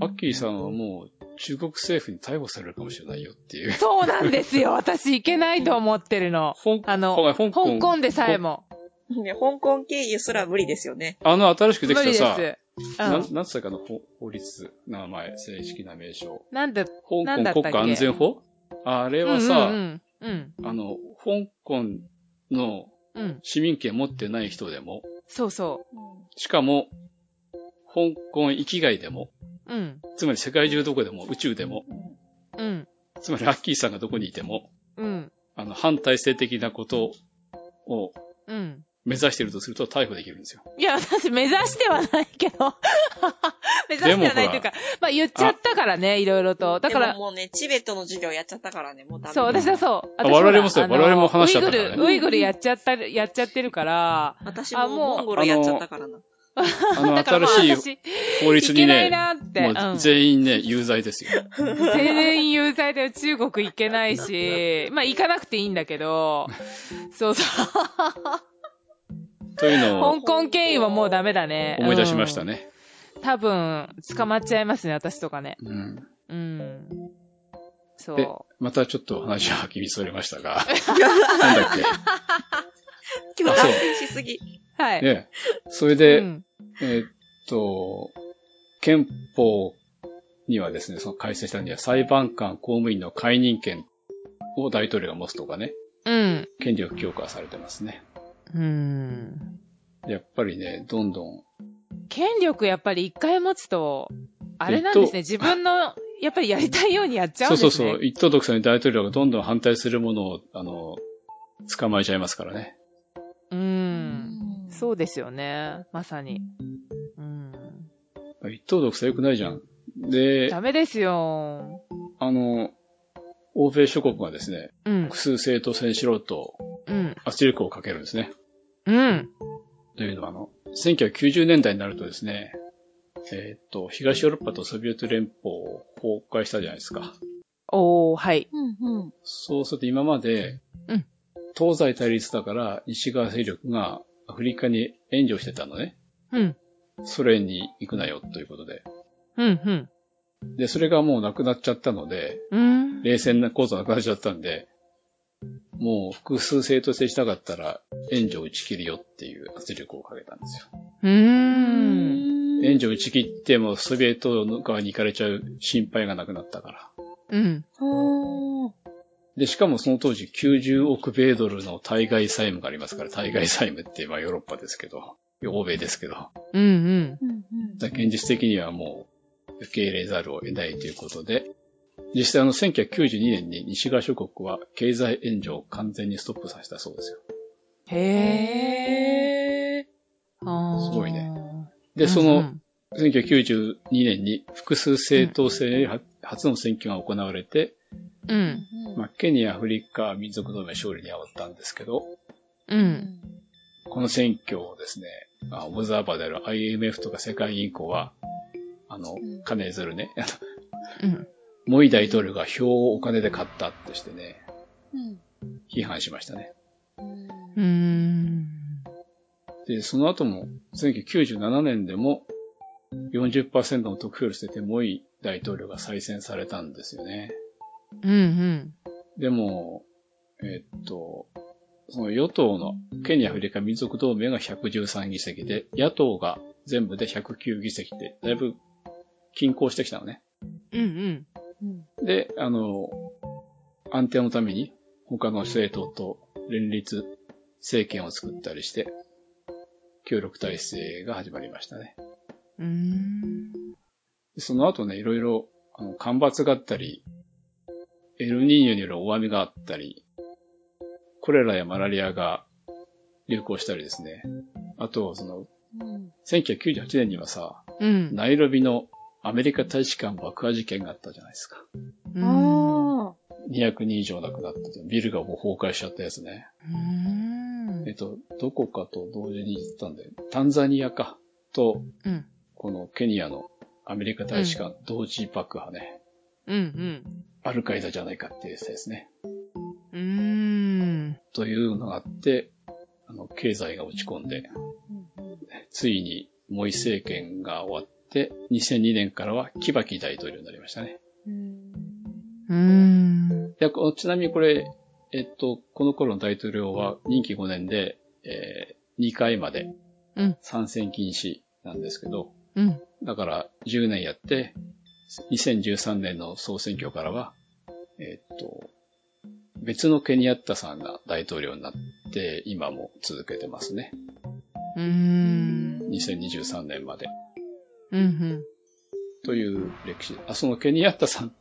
C: アッキーさんはもう中国政府に逮捕されるかもしれないよっていう。
B: そうなんですよ。私行けないと思ってるの。
C: 香
B: あの
C: ごめん香
B: 香
C: 港。
B: 港でさえも。
D: ね、香港経由すら無理ですよね。
C: あの、新しく
B: 無
C: でき
B: 理
C: た
B: です。
C: さ、
B: う
C: なんん、なんつったかの法法律、名前、正式な名称。
B: なんで、な
C: 香
B: んだ
C: 港
B: ったっ
C: 国
B: け
C: 家安全法あれ
B: うん
C: はさ、
B: うんうん。
C: あの、香港の
B: うん。うん。
C: 市民権持ってない人でも、
B: そうそ
C: しかも、香港域外でも、
B: う。うん。
C: つまり世界中どこでも、宇宙でも、
B: うん。
C: つまりアッキーさんがどこにいても、
B: うん。
C: あの、反体制的なことを
B: うん。
C: 目指しているとすると逮捕できるん ですよ。
B: いや、私目指してはないけど。 目指してはないというか、まあ言っちゃったからね、いろいろと。
D: だ
B: だか
D: から。
B: ら
D: でも、もうね、チベットの授業やっちゃったからね、もうダメ。
B: そう、私はそう。私
C: あ我々
B: ほら
C: もそう
B: あの
C: 我々も話しちゃったからね
B: ウイグル、ウイグルやっちゃったり、やっちゃってるから。
D: 私
B: あ
D: も
B: もう
D: モンゴルやっちゃったからな。
C: あの、
B: だからまあ
C: 新しい
B: 私、
C: 法律
B: いけ
C: に
B: ない
C: ね、
B: なって。
C: も
B: う
C: うん全員ね、有罪ですよ。
B: 全員有罪だよ。中国行けない し。まあ行かなくていいんだけど。そうそう。
C: というの
B: 香
C: を
B: 港経由はもうダメだね。
C: 思い出しました
B: ね。
C: ね。
B: 多分、捕まっちゃいますね、私とかね。
C: うん。
B: うん。そ
C: で
B: う。、
C: またちょっと話は気にそれました が、なんだっ
D: 今
C: あ
D: 日
C: そう
D: 脱線しすぎ。
B: は
C: け。
B: い。
C: ね。それ
B: う
C: で、
B: ん。
C: えーっと、憲法にはですね、その改正したには裁判官、公務員の解任権を大統領が持つとかね、
B: うん。
C: 権力強化されてますね。
B: うん。
C: やっぱりね、どんどん、
B: 権力やっぱり一回持つと、あれなんですね。自分の、やっぱりやりたいようにやっちゃうん
C: そ
B: で
C: う
B: す
C: そ
B: ね。
C: うそう、一党独裁の大統領がどんどん反対するものを、あの、捕まえちゃいますからね。
D: う
B: う。
D: んう。
B: そうですよね。まさに。うん。
C: 一党独裁良くないじゃん。で
B: ダ、メですよ。
C: あの、欧米諸国がですね、
B: うん。
C: 複数政党選しろと
B: うん。
C: 圧力をかけるんですね。
B: うん。
C: というのは、あの、1990年代になるとですね、えーっと、東ヨーロッパとソビエト連邦を崩壊したじゃないですか。
B: おー、はい。
D: うんうん。
C: そうすると今まで、
B: うん
C: 東西対立だから西側勢力がアフリカに援助してたのね。
B: うん。
C: ソ連に行くなよということで。
B: うん、うん。
C: で、それがもうなくなっちゃったので、
B: うん。
C: 冷戦な構造なくなっちゃったんで、もう複数正当性したかったら援助を打ち切るよっていう圧力をかけたんですよ。
B: うーん。
C: 援助打ち切ってもソビエトの側に行かれちゃう心配がなくなったから。
B: うん。
D: ほー
C: で、しかもその当時90億米ドルの対外債務がありますから、対外債務ってまあヨーロッパですけど、欧米ですけど、だか
B: うん、うん。
D: うんうん
C: ら現実的にはもう受け入れざるを得ないということで、実際あの1992年に西側諸国は経済援助を完全にストップさせたそうですよ。
B: へえ。ー。
C: すごいね。
B: で
C: で、その、1992年に複数政党制初の選挙が行われて、
B: うん。うん。
C: まあ、ケニア、アフリカ、民族同盟勝利に煽ったんですけど、
B: う。
D: うんん。
C: この選挙をですね、まあオブザーバーである IMF とか世界銀行は、あの
D: ん、
C: 金づるね、 あの
B: うん。
C: モイ大統領が票をお金で買ったってしてね、
D: うん
C: 批判しましたね。
B: うーん。
C: で、その後も、1997年でも、40%の得票率でモイ大統領が再選されたんですよね。
B: うん、うん。
C: でも、えっと、その与党のケニア・アフリカ民族同盟が113議席で、野党が全部で109議席で、だいぶ均衡してきたのね。
B: うん、
C: で、あの、安定のために他の政党と連立政権を作ったりして、協力体制が始まりましたね。
B: うん。うーん。
C: でその後ね、いろいろ、あの、干ばつがあったり、エルニーニョによる大雨があったり、コレラやマラリアが流行したりですね。あと、その、1998年にはさ、
B: うん。
C: ナイロビのアメリカ大使館爆破事件があったじゃないですか。
B: うん。
D: あ
C: 200人以上亡くなったと。ビルがもう崩壊しちゃったやつね。
B: うん
C: えっと、どこかと同時に言ったんで、タンザニアかと、
B: うん。
C: このケニアのアメリカ大使館同時爆破ね。
B: うん。
C: アルカイダじゃないかっていうやつですね。
B: うん。うん。
C: というのがあって、あの、経済が落ち込んで、ついにモイ政権が終わって、2002年からはキバキ大統領になりましたね。
B: うん。
C: でこちなみにこれ、えっと、この頃の大統領は任期5年で、えー2回まで
B: うん
C: 参戦禁止なんですけど、
B: うん。
C: だから10年やって、2013年の総選挙からは、えっと、別のケニアッタさんが大統領になって、今も続けてますね。
B: うん。
C: 2023年まで。
B: うん。
C: という歴史。あ、そのケニアッタさん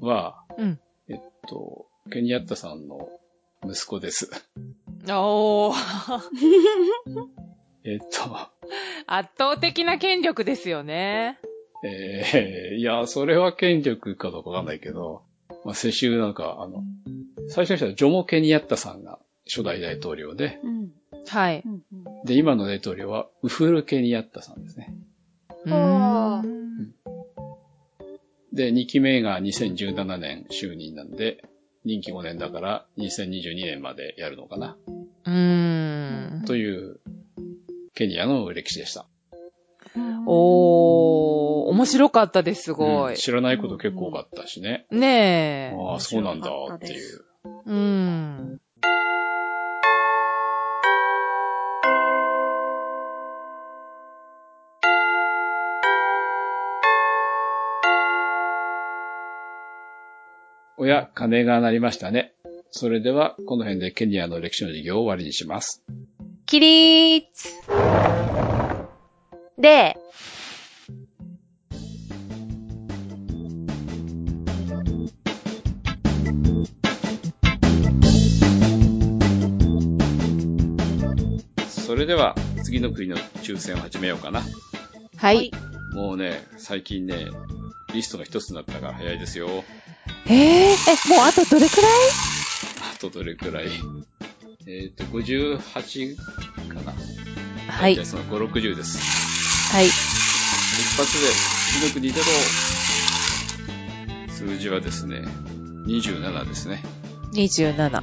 C: は、
B: うん
C: えっと、ケニアッタさんの息子です。
B: おー。
C: えっと、
B: 圧倒的な権力ですよね。
C: えー、いや、それは権力かどうかわかんないけど、まあ、世襲なんか、あの、最初の人はジョモ・ケニアッタさんが初代大統領で、
B: はい。
C: で、今の大統領はウフル・ケニアッタさんですね。
B: う
D: あー
B: ん。
C: で、2期目が2017年就任なんで、任期5年だから2022年までやるのかな、
B: うん。
C: という、ケニアの歴史でした。
B: おー、面白かったです、すご
C: うん
B: い。
C: 知らないこと結構多かったしね。
B: ねえ。
C: ああ、そうなんだって
D: 面
C: い
D: 白
C: う。
B: うん。
C: おや、鐘が鳴りましたね。それでは、この辺でケニアの歴史の授業を終わりにします。
E: 起立で、
C: それでは、次の国の抽選を始めようかな。
B: はい。
C: もうね、最近ね、リストが一つになったから早いですよ。
B: えー、え、もうあとどれくらい
C: あとどれくらい。えっ、と、58かな。
B: はい。
C: 大体その5、60です。
B: はい。
C: 一発で、次の国での数字はですね、27ですね。
B: 27。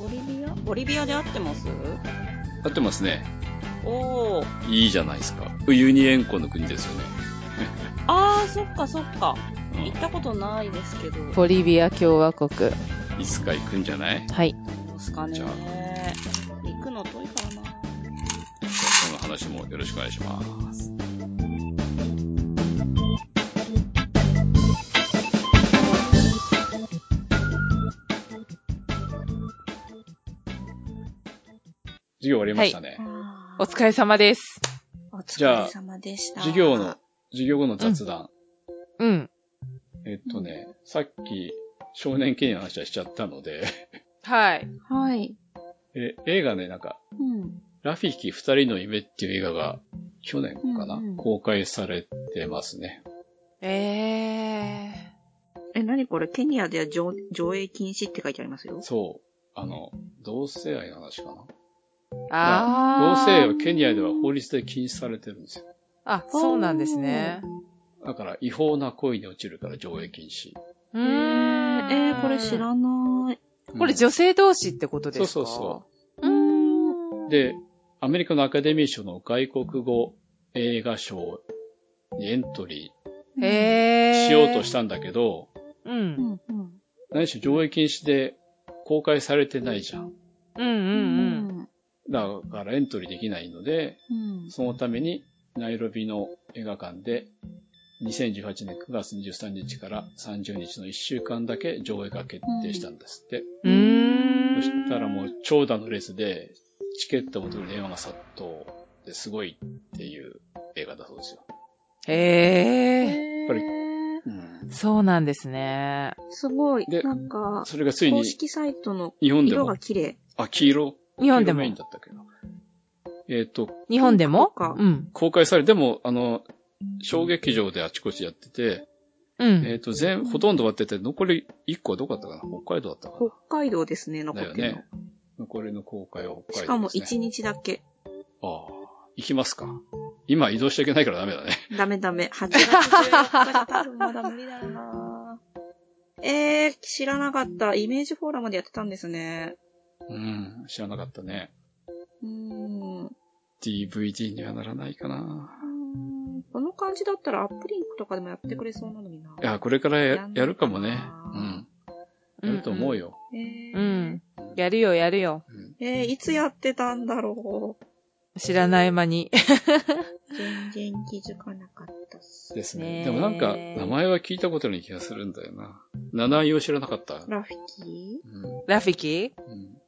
D: ボリビアボリビアで合ってます
C: 合ってますね。
D: おー。
C: いいじゃないですか。ユニエンコの国ですよね。
D: あー、そっかそっか。
C: うん
D: 行ったことないですけど。ど
B: ボリビア共和国。
C: いつか行くんじゃないう
B: はい。
D: うですかね
C: じゃ。
D: 行くの遠いからな。
C: その話もよろしくお願いします。授業終わりましたね。
B: お疲れ様です。
D: お疲
C: じゃあ
D: れ様でした。
C: 授業の。、授業後の雑談。
B: うん。
C: えっとね、さっき少年刑の話はしちゃったので、
B: はい。
D: はい。
C: え映画ね、なんか、
D: うん。
C: ラフィキ二人の夢っていう映画が去年かな、
D: うんうん
C: 公開されてますね。
B: え
D: え、なにこれケニアでは上上映禁止って書いてありますよ。
C: そう。あの、同性愛の話かな。
B: ー。
C: 同
B: あ
C: 性愛
B: ー。
C: はケニアでは法律で禁止されてるんですよ。
B: あ、そうなんですね。
C: だから違法な行為に落ちるから上映禁止。
B: う
D: え
B: ーん。
D: ー、えーこれ知らない。
B: これ女性同士ってことですか。
C: そうそうそう
B: うーん。
C: で、アメリカのアカデミー賞の外国語映画賞にエントリー
B: へー。
C: しようとしたんだけど、
B: う。
D: うんんうん。
C: 何しろ上映禁止で公開されてないじゃん。
B: う
D: う
B: んう
D: ん
B: うん。
C: だからエントリーできないので、
D: うん。
C: そのためにナイロビの映画館で2018年9月23日から30日の1週間だけ上映が決定したんですって。
B: うーん。
C: そしたらもう長蛇の列でチケットを取る電話が殺到ですごいっていう映画だそうですよ。
B: へえ、
D: や
C: っぱり
D: り。
B: そうなんですね。
D: すごい。
C: で
D: なんか、
C: それがついに
D: 公式サイトの
C: 日本で
D: 色
C: も
D: が綺麗。
C: あ、黄色。
B: 日本で
C: 黄色メイ
B: も
C: ン。だったけど。えっ、と、
B: 日本でも
D: そうか
B: うん。
C: 公開され、でも、あの、小劇場であちこちやってて、
B: うん。
C: えっ、と、全、ほとんど終わってて、残り1個はどこだったかな北海道だったか
D: 北海道ですね、残
C: なだ
D: っ
C: よ
D: てるの。
C: ね。残りの公開は北
D: し
C: 海
D: か
C: 道
D: も
C: です、ね。
D: 1日だけ。
C: ああ、行きますか。今移動しちゃいけないからダメだね。
D: ダメダメ。8月14日が多分まだ無理だろうなえー、知らなかった。イメージフォーラムまでやってたんですね。
C: うん、知らなかったね。
D: うーん。う
C: DVD にはならないかな。。
D: ーんこの感じだったらアップリンクとかでもやってくれそうなのにない
C: や、これからややるかもね。う
D: うん
C: ん。やると思うよ。
D: えー、
B: うん。やるよ、やるよ。
C: うん
D: えー、いつやってたんだろ
B: 知らない間に。
D: う。全然気づかなかったっす。
C: ですね。
B: ねえ
C: でもなんか、名前は聞いたことない気がするんだよな。七井を知らなかった。
D: ラフィキ
C: うん。
B: ラフィキ
C: うん。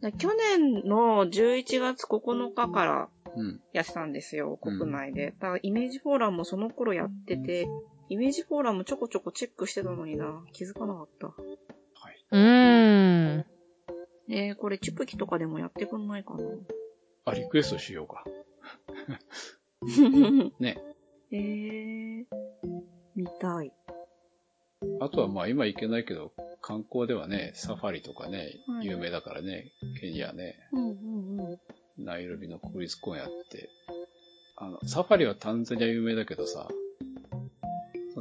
D: ーだ去年の11月9日から
C: うん。
D: やってたんですよ、国内で。だからイメージフォーラムもその頃やってて、イメージフォーラムもちょこちょこチェックしてたのにな、気づかなかった。
B: うーん。
D: えー、これチュプキとかでもやってくんないかな。
C: あ、リクエストしようか。ね。
D: えー、見たい。
C: あとはまあ今行けないけど、観光ではね、サファリとかね
D: は、い
C: 有名だからね、ケニアね、
D: うんうんうん。
C: ナイロビの国立公園あって、あの、サファリはタンザニア有名だけどさ、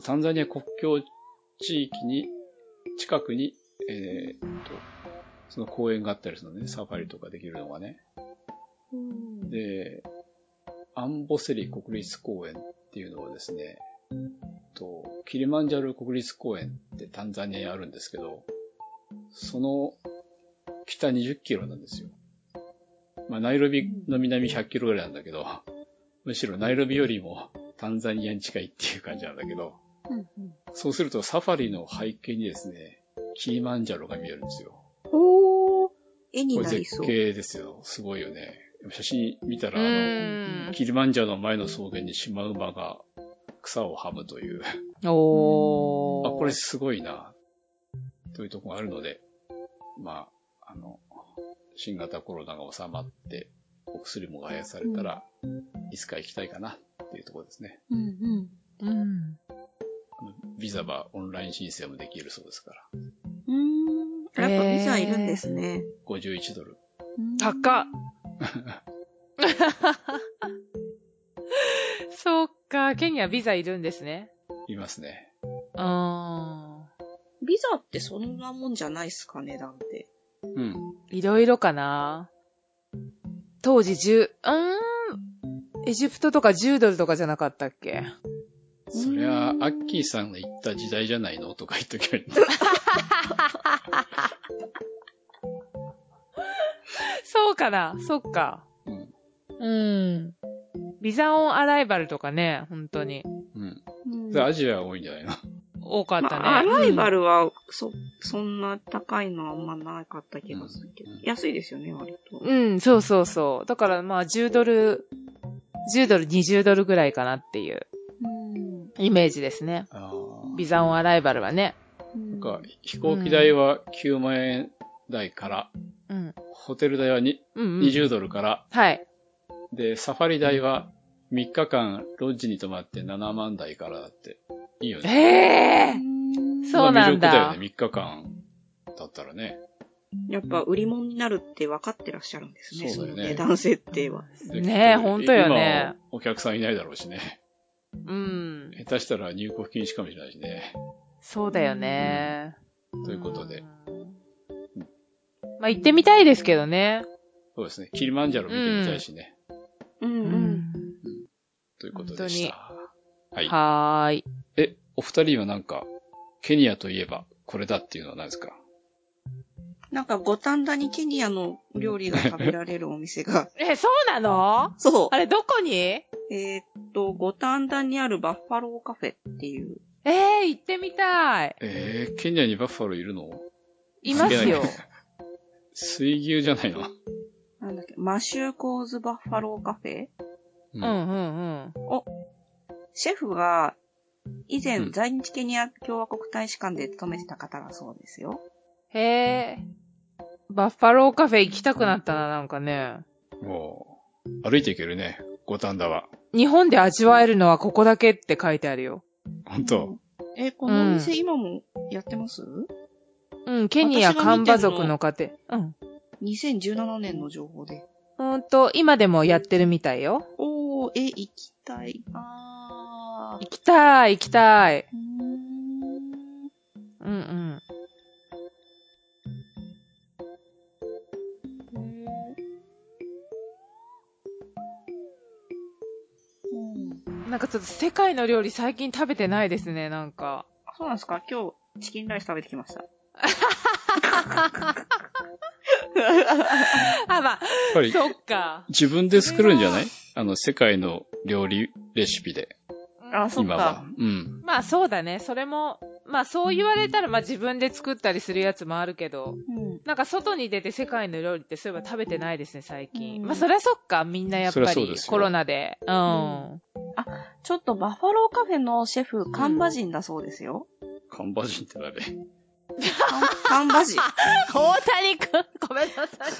C: タンザニア国境地域に、近くに、えーっと、その公園があったりするのね、サファリとかできるのがね。
D: うん
C: で、アンボセリ国立公園っていうのはですね、とキリマンジャロ国立公園ってタンザニアにあるんですけど、その北20キロなんですよ。まあ、ナイロビの南100キロぐらいなんだけど、むしろナイロビよりもタンザニアに近いっていう感じなんだけど、そうするとサファリの背景にですね、キリマンジャロが見えるんですよ。
D: おー、絵に
C: これ
D: なりそ
C: 絶
D: う。
C: 景ですよ。すごいよね。写真見た
B: う
C: ら、あの、
B: ーん。
C: キリマンジャロの前の草原にシマウマが草をはむという、あ、
B: おー。
C: これすごいな、というところがあるので、まあ、あの、新型コロナが収まって、お薬も外来されたら、いつか行きたいかなっていうところですね。
D: うんうん。
B: うん。
C: あのビザはオンライン申請もできるそうですから、
D: うーん。やっぱビザいるんですね。
C: 51ドル。
B: 高っ。そっか、ケニアビザいるんですね。
C: いますね。
B: あ
D: ビザってそんなもんじゃないっすか、値段って。
C: うん。
B: ー。いろいろかな。当時10、うーん。エジプトとか10ドルとかじゃなかったっけ
C: そりゃ、アッキーさんが言った時代じゃないのとか言っときゃいいんだ。
B: そうかな、そっか。
C: うん。
B: うん。ビザオンアライバルとかね、本当に。
C: うん。
D: うん
C: それアジアが多いんじゃないの
B: 多かったね。
D: まあ、アライバ
B: ル、
D: ルは、そ、そんな高いのはあんまなかった気がするけど
C: うん。
D: 安いですよね、割と。
B: うん、うん、そうそうそう。だからまあ10ドル、10ドル、20ドルぐらいかなっていう
D: うん。
B: イメージですね。
C: あー
B: ビザオンアライバルはね。
D: なん
C: なんか、飛行機代は9万円台から、
B: うん。
C: ホテル代はに
B: うん、うん。
C: 20ドルから、
B: はい。
C: で、サファリ代は3日間ロッジに泊まって7万台からだって。いいよね。
B: ええそうなんだ
C: これが魅力だよね、3日間だったらね。
D: やっぱ売り物になるって分かってらっしゃるんですね、
C: そ
D: そう
C: だ
D: の
C: よね
D: 値段設定は。
C: で
B: ねえ、ほんとよね。。
C: 今お客さんいないだろうしね。
B: うん。
C: 下手したら入国禁止かもしれないしね。
B: そうだよね。
C: ということで
B: ん。まあ行ってみたいですけどね。
C: そうですね。キリマンジャロ見てみたいしね。
D: うん
B: う
D: うん。。
C: ということでした。はい。
B: はーい。。
C: え、お二人はなんか、ケニアといえばこれだっていうのは何ですか
D: なんか、五反田にケニアの料理が食べられるお店が
B: え、そうなの
D: そ
B: あれどこにえ
D: う。えーっと、五反田にあるバッファローカフェっていう。
B: え行ってみたい。
C: えー、ケニアにバッファローいるの
B: いますよ。
C: 水牛じゃないの、
D: なんだっけ、マシューコーズバッファローカフェ
C: う
B: うんうんうん。
D: シェフが、以前、
C: うん
D: 在日ケニア共和国大使館で勤めてた方がそうですよ。
B: へえ。バッファローカフェ行きたくなったな、なんかね。
C: もう、歩いていけるね。五反田は。
B: 日本で味わえるのはここだけって書いてあるよ。
C: 本当。
D: え、このお店今もやってます、
B: うん、ケニア
D: 私が
B: カン
D: 見てるの
B: バ族の家庭。うん。
D: ?2017 年の情報で。
B: うーんと、今でもやってるみたいよ。
D: おー、え、行きたいなー
B: 行きたい、行きたい。
D: うーん
B: うんうん。
D: うん
B: なんかちょっと世界の料理最近食べてないですね、なんか。
D: あそうなんですか今日、チキンライス食べてきました。
B: あ、まあ、
C: やっぱり、
B: そっか。
C: 自分で作るんじゃないあの、世界の料理レシピで、
D: あ、そっ
C: 今は
D: か。。
C: うん。
B: まあそうだね。それも、まあそう言われたら、まあ自分で作ったりするやつもあるけど、
D: うん。
B: なんか外に出て世界の料理ってそういえば食べてないですね、最近。
D: うん
B: まあそりゃそっか、みんなやっ
C: そり
B: ぱ
C: ゃそう
B: り
C: ですよ
B: コロナで。うん。
D: ちょっとバッファローカフェのシェフ、カンバ人だそうですよ。
C: カンバ人って誰
D: カンカンバ人。
B: 大谷くん、ごめんなさい。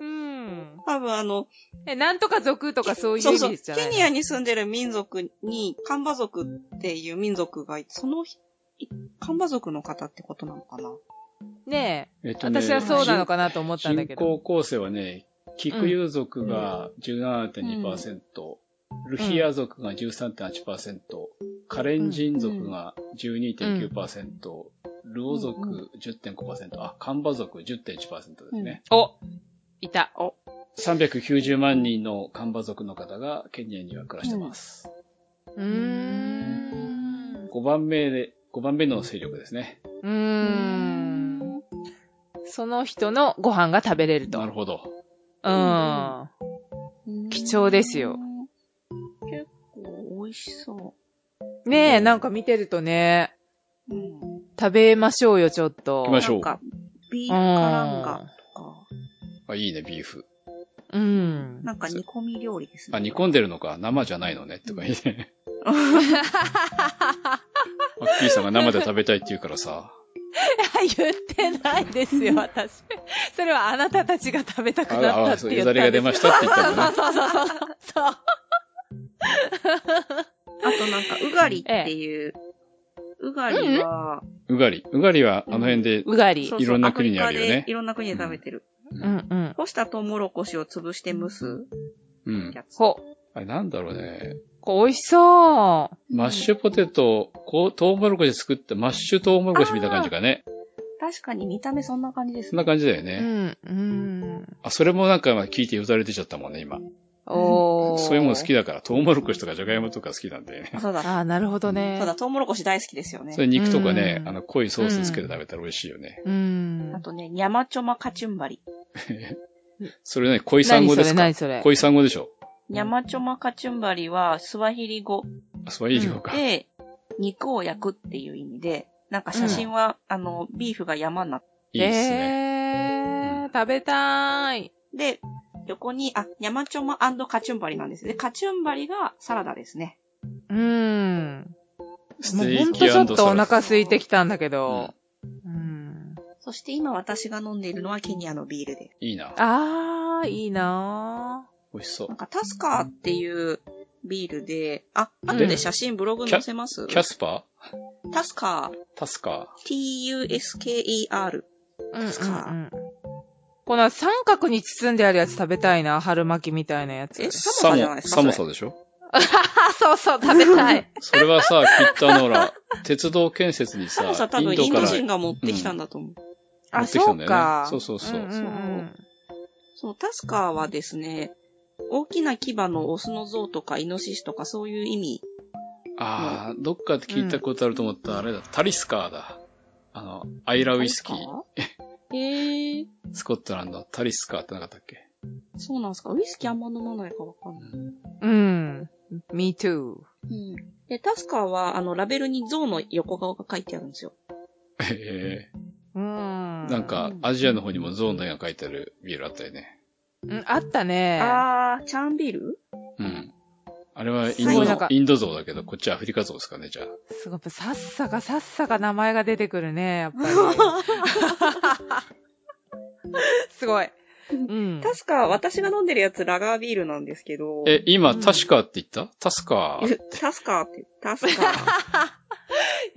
B: うん。
D: 多分あの、
B: え、なんとか族とかそういう
D: そ
B: 意
D: うそう。
B: 味じ
D: ケ
B: ゃないの
D: ニアに住んでる民族に、カンバ族っていう民族がいて、そのひ、カンバ族の方ってことなのかな
B: ねえ。
C: えっとね、
B: 私はそうなのかなと思ったんだけ
C: 人
B: ど。
C: 口構成はね、キクユ族が17.2%、ルヒア族が13.8%、カレンジン族が12.9%、ルオ族10.5%、あ、カンバ族10.1%ですね。
B: おいた。
C: 390万人のカンバ族の方がケニアには暮らしてます。
B: うーん。
C: 5番目で、5番目の勢力ですね。
B: うーん。その人のご飯が食べれると。
C: なるほど。
B: うん。貴重ですよ。
D: 結構美味しそ
B: ねえ、なんか見てるとね、
D: う。うん。
B: 食べましょうよ、ちょっと。
C: 行きまし
D: な
C: ょ
D: ん
C: う。
D: か、ビーフカランガとか、
C: あ、いいね、ビーフ。
B: うん。
D: なんか煮込み料理ですね。
C: あ、煮込んでるのか、生じゃないのね、とか言って。 アッキーさんが生で食べたいって言うからさ。
B: 言ってないですよ、私。それはあなたたちが食べたく
C: あ
B: な
C: ら、あ
B: った
C: ら、
B: って
C: そう
B: 言
C: よ
B: った
C: だ
B: ん
C: れが出
B: です。
C: ましたって言ったんだね。
B: そうそうそうそう。そう。
D: あとなんか、うがりっていう、うがりは、
C: うがり。うがりはあの辺で、
B: うがり。
D: そううそう
C: いろんな国にあるよね
D: アフリカでいろんな国で食べてる。
B: んうん。
D: 干したトウモロコシを潰して蒸す
C: うん。
D: やつ。
B: ほ、
C: あれなんだろうね。
B: こう美味しそう。
C: マッシュポテト、こう、トウモロコシ作ったマッシュトウモロコシみたいな感じかね。
D: 確かに見た目そんな感じです
C: そんな
D: ね。
C: 感じだよ
B: う
C: ね。
B: ん、うん。
C: あ、それもなんかまあ聞いてよだれ出ちゃったもんね、今。
B: おー。
C: そういうもの好きだから、トウモロコシとかジャガイモとか好きなんだよね。
D: あそうだ。
B: ああ、なるほどね。
D: そうだ、トウモロコシ大好きですよね
C: そ。れ肉とかね、
B: うん
C: あの、濃いソースつけて食べたら美味しいよね。
B: う
D: あ
B: ん。
D: とね、ニャマチョマカチュンバリ。
C: それね、濃い産後ですか
B: 何それ何そ
C: 濃い産後でしょ
D: ニャマチョマカチュンバリはスワヒリ語
C: あ、そういう量か。
D: で、肉を焼くっていう意味で、なんか写真は、あの、ビーフが山になって、
C: いい
B: れ。
C: ですね。
B: えー、食べたーい。
D: で、横に、あ、ニャマチョマカチュンバリなんですね。でカチュンバリがサラダですね。
B: うん。
C: ス
B: もう
C: テ
B: ほ
C: ー
B: んとち
C: キ
B: ょっとお
C: サラダ。
B: 腹空いてきたんだけど。うん。
D: そして今私が飲んでいるのはケニアのビールです。
C: いいな。
B: あー、いいな
C: 美味しそう
D: なん。かタスカーっていうビールで、あ、後
B: う
D: で
B: ん
D: 写真ブログ載せます
C: キャスパ
D: タスカー、
C: ータスカ
D: t-u-s-k-e-r。
B: ー。うん、うん、
D: ですか
B: うん。この三角に包んであるやつ食べたいな。春巻きみたいなやつ。
D: え
C: ー。
D: サモサじゃないですか
C: サモ
D: そ
C: サでしょ
B: あ、そうそう、食べたい。
C: それはさ、きっとあの、ほ ら、鉄道建設に
D: サ
C: さ
D: モサ、多
C: イン
D: 分
C: ド
D: イン
C: か
D: ド
C: ら、
D: 人が持ってきたんだと思う。
C: 持
B: あ、
C: ってきた
B: そ
C: んだ
B: う
C: よね
B: か。
C: そうそうそうん
B: ん
D: そう、タスカーはですね、大きな牙のオスの象とかイノシシとかそういう意味。
C: ああ、どっかで聞いたことあると思った、あれだ、タリスカーだ。あの、アイラウイスキー、
D: ーへ えー、
C: スコットランドのタリスカーってなかったっけ
D: そうなんですか。ウイスキーあんま飲まないかわかんない。
B: うん。うん。me too.
D: うん。で、タスカーは、あの、ラベルに象の横顔が書いてあるんですよ。
C: え
B: うん。
C: ー、なんか、アジアの方にもゾーンの絵が描いてあるビールあったよね。
B: うん、あったね。
D: あー、チャンビール
C: うん。ああれはイン
B: すご
C: ド
B: いなんか
C: 像、インド像だけど、こっちはアフリカ像ですかね、じゃあ。
B: すごい、やっぱさっさかさっさか名前が出てくるね、や っぱり。すごい。うん。
D: 確か私が飲んでるやつラガービールなんですけど、
C: え、今、
B: うん
C: タシカって言ったタスカー。
D: タスカーって、タスカー。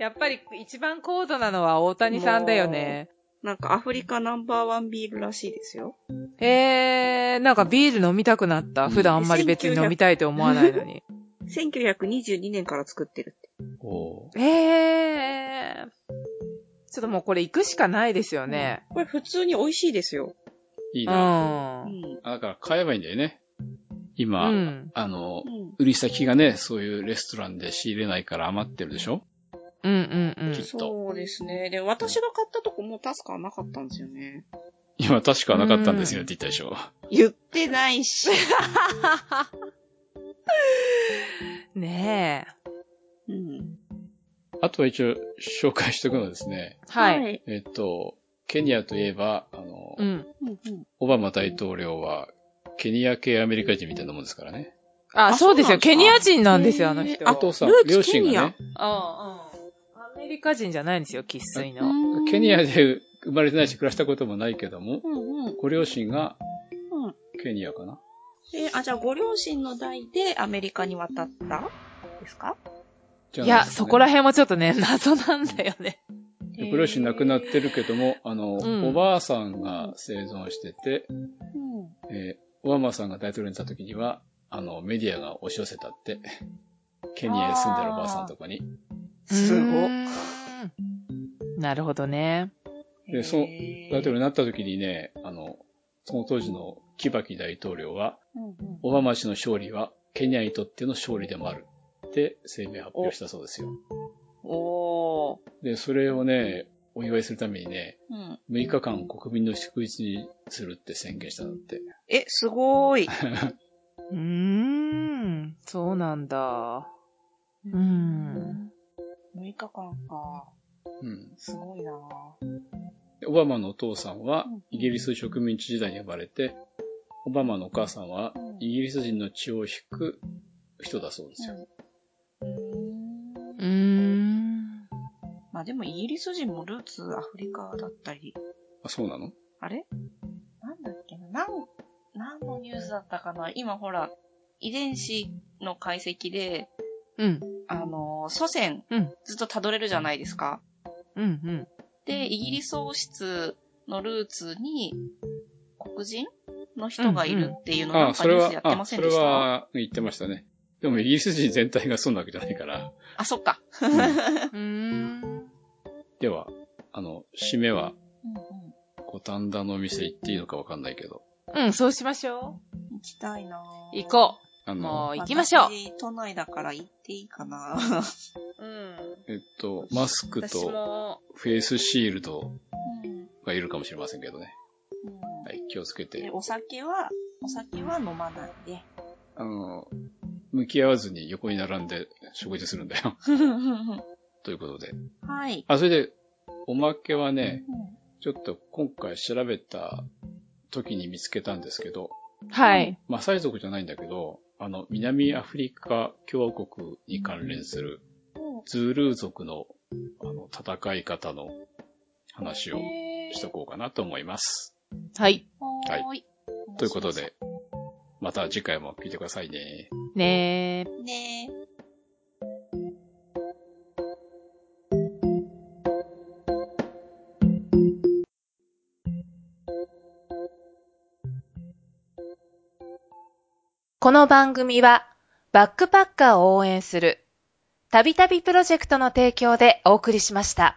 B: やっぱり一番高度なのは大谷さんだよね。
D: なんかアフリカナンバーワンビールらしいですよ。
B: えー、なんかビール飲みたくなった。普段あんまり別に飲みたいと思わない のに。
D: 1922年から作ってるって。
C: おー
B: えー。ちょっともうこれ行くしかないですよね。。
D: これ普通に美味しいですよ。
C: いいうな。
D: うん
B: うん。
D: ん。
C: あだから、買えばいいんだよね。今、
B: うん。
C: あの
D: う、ん。
C: 売り先がね、そういうレストランで仕入れないから余ってるでしょ
B: うんうんうん。
D: そうですね。で、私が買ったとこもうタスカーなかったんですよね。
C: 今、タシカはなかったんですよって言ったでしょ。
D: 言ってないし。
B: ねえ。
D: うん。
C: あとは一応、紹介しておくのはですね、
B: はい。
D: い。
C: えっと、ケニアといえば、あの、
B: うん。
D: うんうん
C: オバマ大統領は、ケニア系アメリカ人みたいなもんですからね。
B: あ、
D: あ
B: そうです
D: そ
B: よ。
D: う
B: ケ
D: なんですか
B: ニア人なんですよ、あの人。
D: へーあ
C: お父さん
D: ルー、ツ
C: 両親がね、
B: ああ、アメリカ人じゃないんですよ、喫水の。
C: ケニアで生まれてないし暮らしたこともないけども、
D: うんうん。
C: ご両親が
D: うん、
C: ケニアかな。
D: え、あ、じゃあご両親の代でアメリカに渡ったですか
C: じゃ
B: い
C: な
B: や、
C: ですかね
B: そこら辺もちょっとね、謎なんだよね。
C: でご両親亡くなってるけども、あの、
B: うん
C: おばあさんが生存してて、
D: うん。
C: えーオバマさんが大統領になった時には、あの、メディアが押し寄せたって、ケニアに住んでるおばあさんとかに。
D: すごっ
B: うーんなるほどね。
C: でそう
D: えー
C: 大統領になった時にね、あの、その当時のキバキ大統領は、
D: うんうん
C: オバマ氏の勝利はケニアにとっての勝利でもあるって声明発表したそうですよ。
D: おー。
C: で、それをね、お祝いするためにね、
D: うん。
C: 6日間国民の祝日にするって宣言したんだって。
D: え、すごーい。
B: うーん、そうなんだ。うん。
D: 6日間か。
C: うん。
D: すごいな
C: でオバマのお父さんは
D: うん
C: イギリス植民地時代に生まれて、オバマのお母さんは
D: うん
C: イギリス人の血を引く人だそうですよ。
B: うーん。
D: まあでもイギリス人もルーツアフリカだったり、
C: あ、そうなの
D: あれなんだっけななん、何のニュースだったかな今ほら、遺伝子の解析で、
B: うん、
D: あのー、祖先
B: うん、
D: ずっと辿れるじゃないですか。
B: うん、
D: で、イギリス王室のルーツに黒人の人がいるっていうのなん
C: あ、
D: か
C: そ
D: ニ
C: れ
D: ュースや
C: は、
D: ってま
C: あ、
D: せ
C: そ
D: ん
C: れ
D: でしたあ
C: は言ってましたね。でもイギリス人全体がそうなわけじゃないから。
D: そっか。
C: うん
B: うん。
C: では、あの、締めは
D: うん
C: 五反田のお店行っていいのかわかんないけど。
B: うん、そうしましょ
D: うん、行きたいな
B: う。行こ
C: あ
B: う。
C: の
B: も、う行きましょ
D: 私都内だから行っていいかな
B: う。うん。
C: えっと、マスク
B: 私
C: と
B: も、
C: フェイスシールド
D: うん
C: がいるかもしれませんけどね。
D: うん
C: はい、気をつけ
D: で、
C: て。
D: お酒は、お酒は飲まないで。
C: あの、向き合わずに横に並んで食事するんだよ。 ということで。
D: はい。
C: あ、それで、おまけはね、
D: うん
C: ちょっと今回調べた時に見つけたんですけど、
B: はい。
C: マサイ族じゃないんだけど、あの、南アフリカ共和国に関連するズールー族のあの戦い方の話をしとこうかなと思います。
B: はい。
C: はい
D: はーい。
C: ということで、また次回も聞いてくださいね。
B: ねー。
D: ねえ。
E: この番組は、バックパッカーを応援する、たびたびプロジェクトの提供でお送りしました。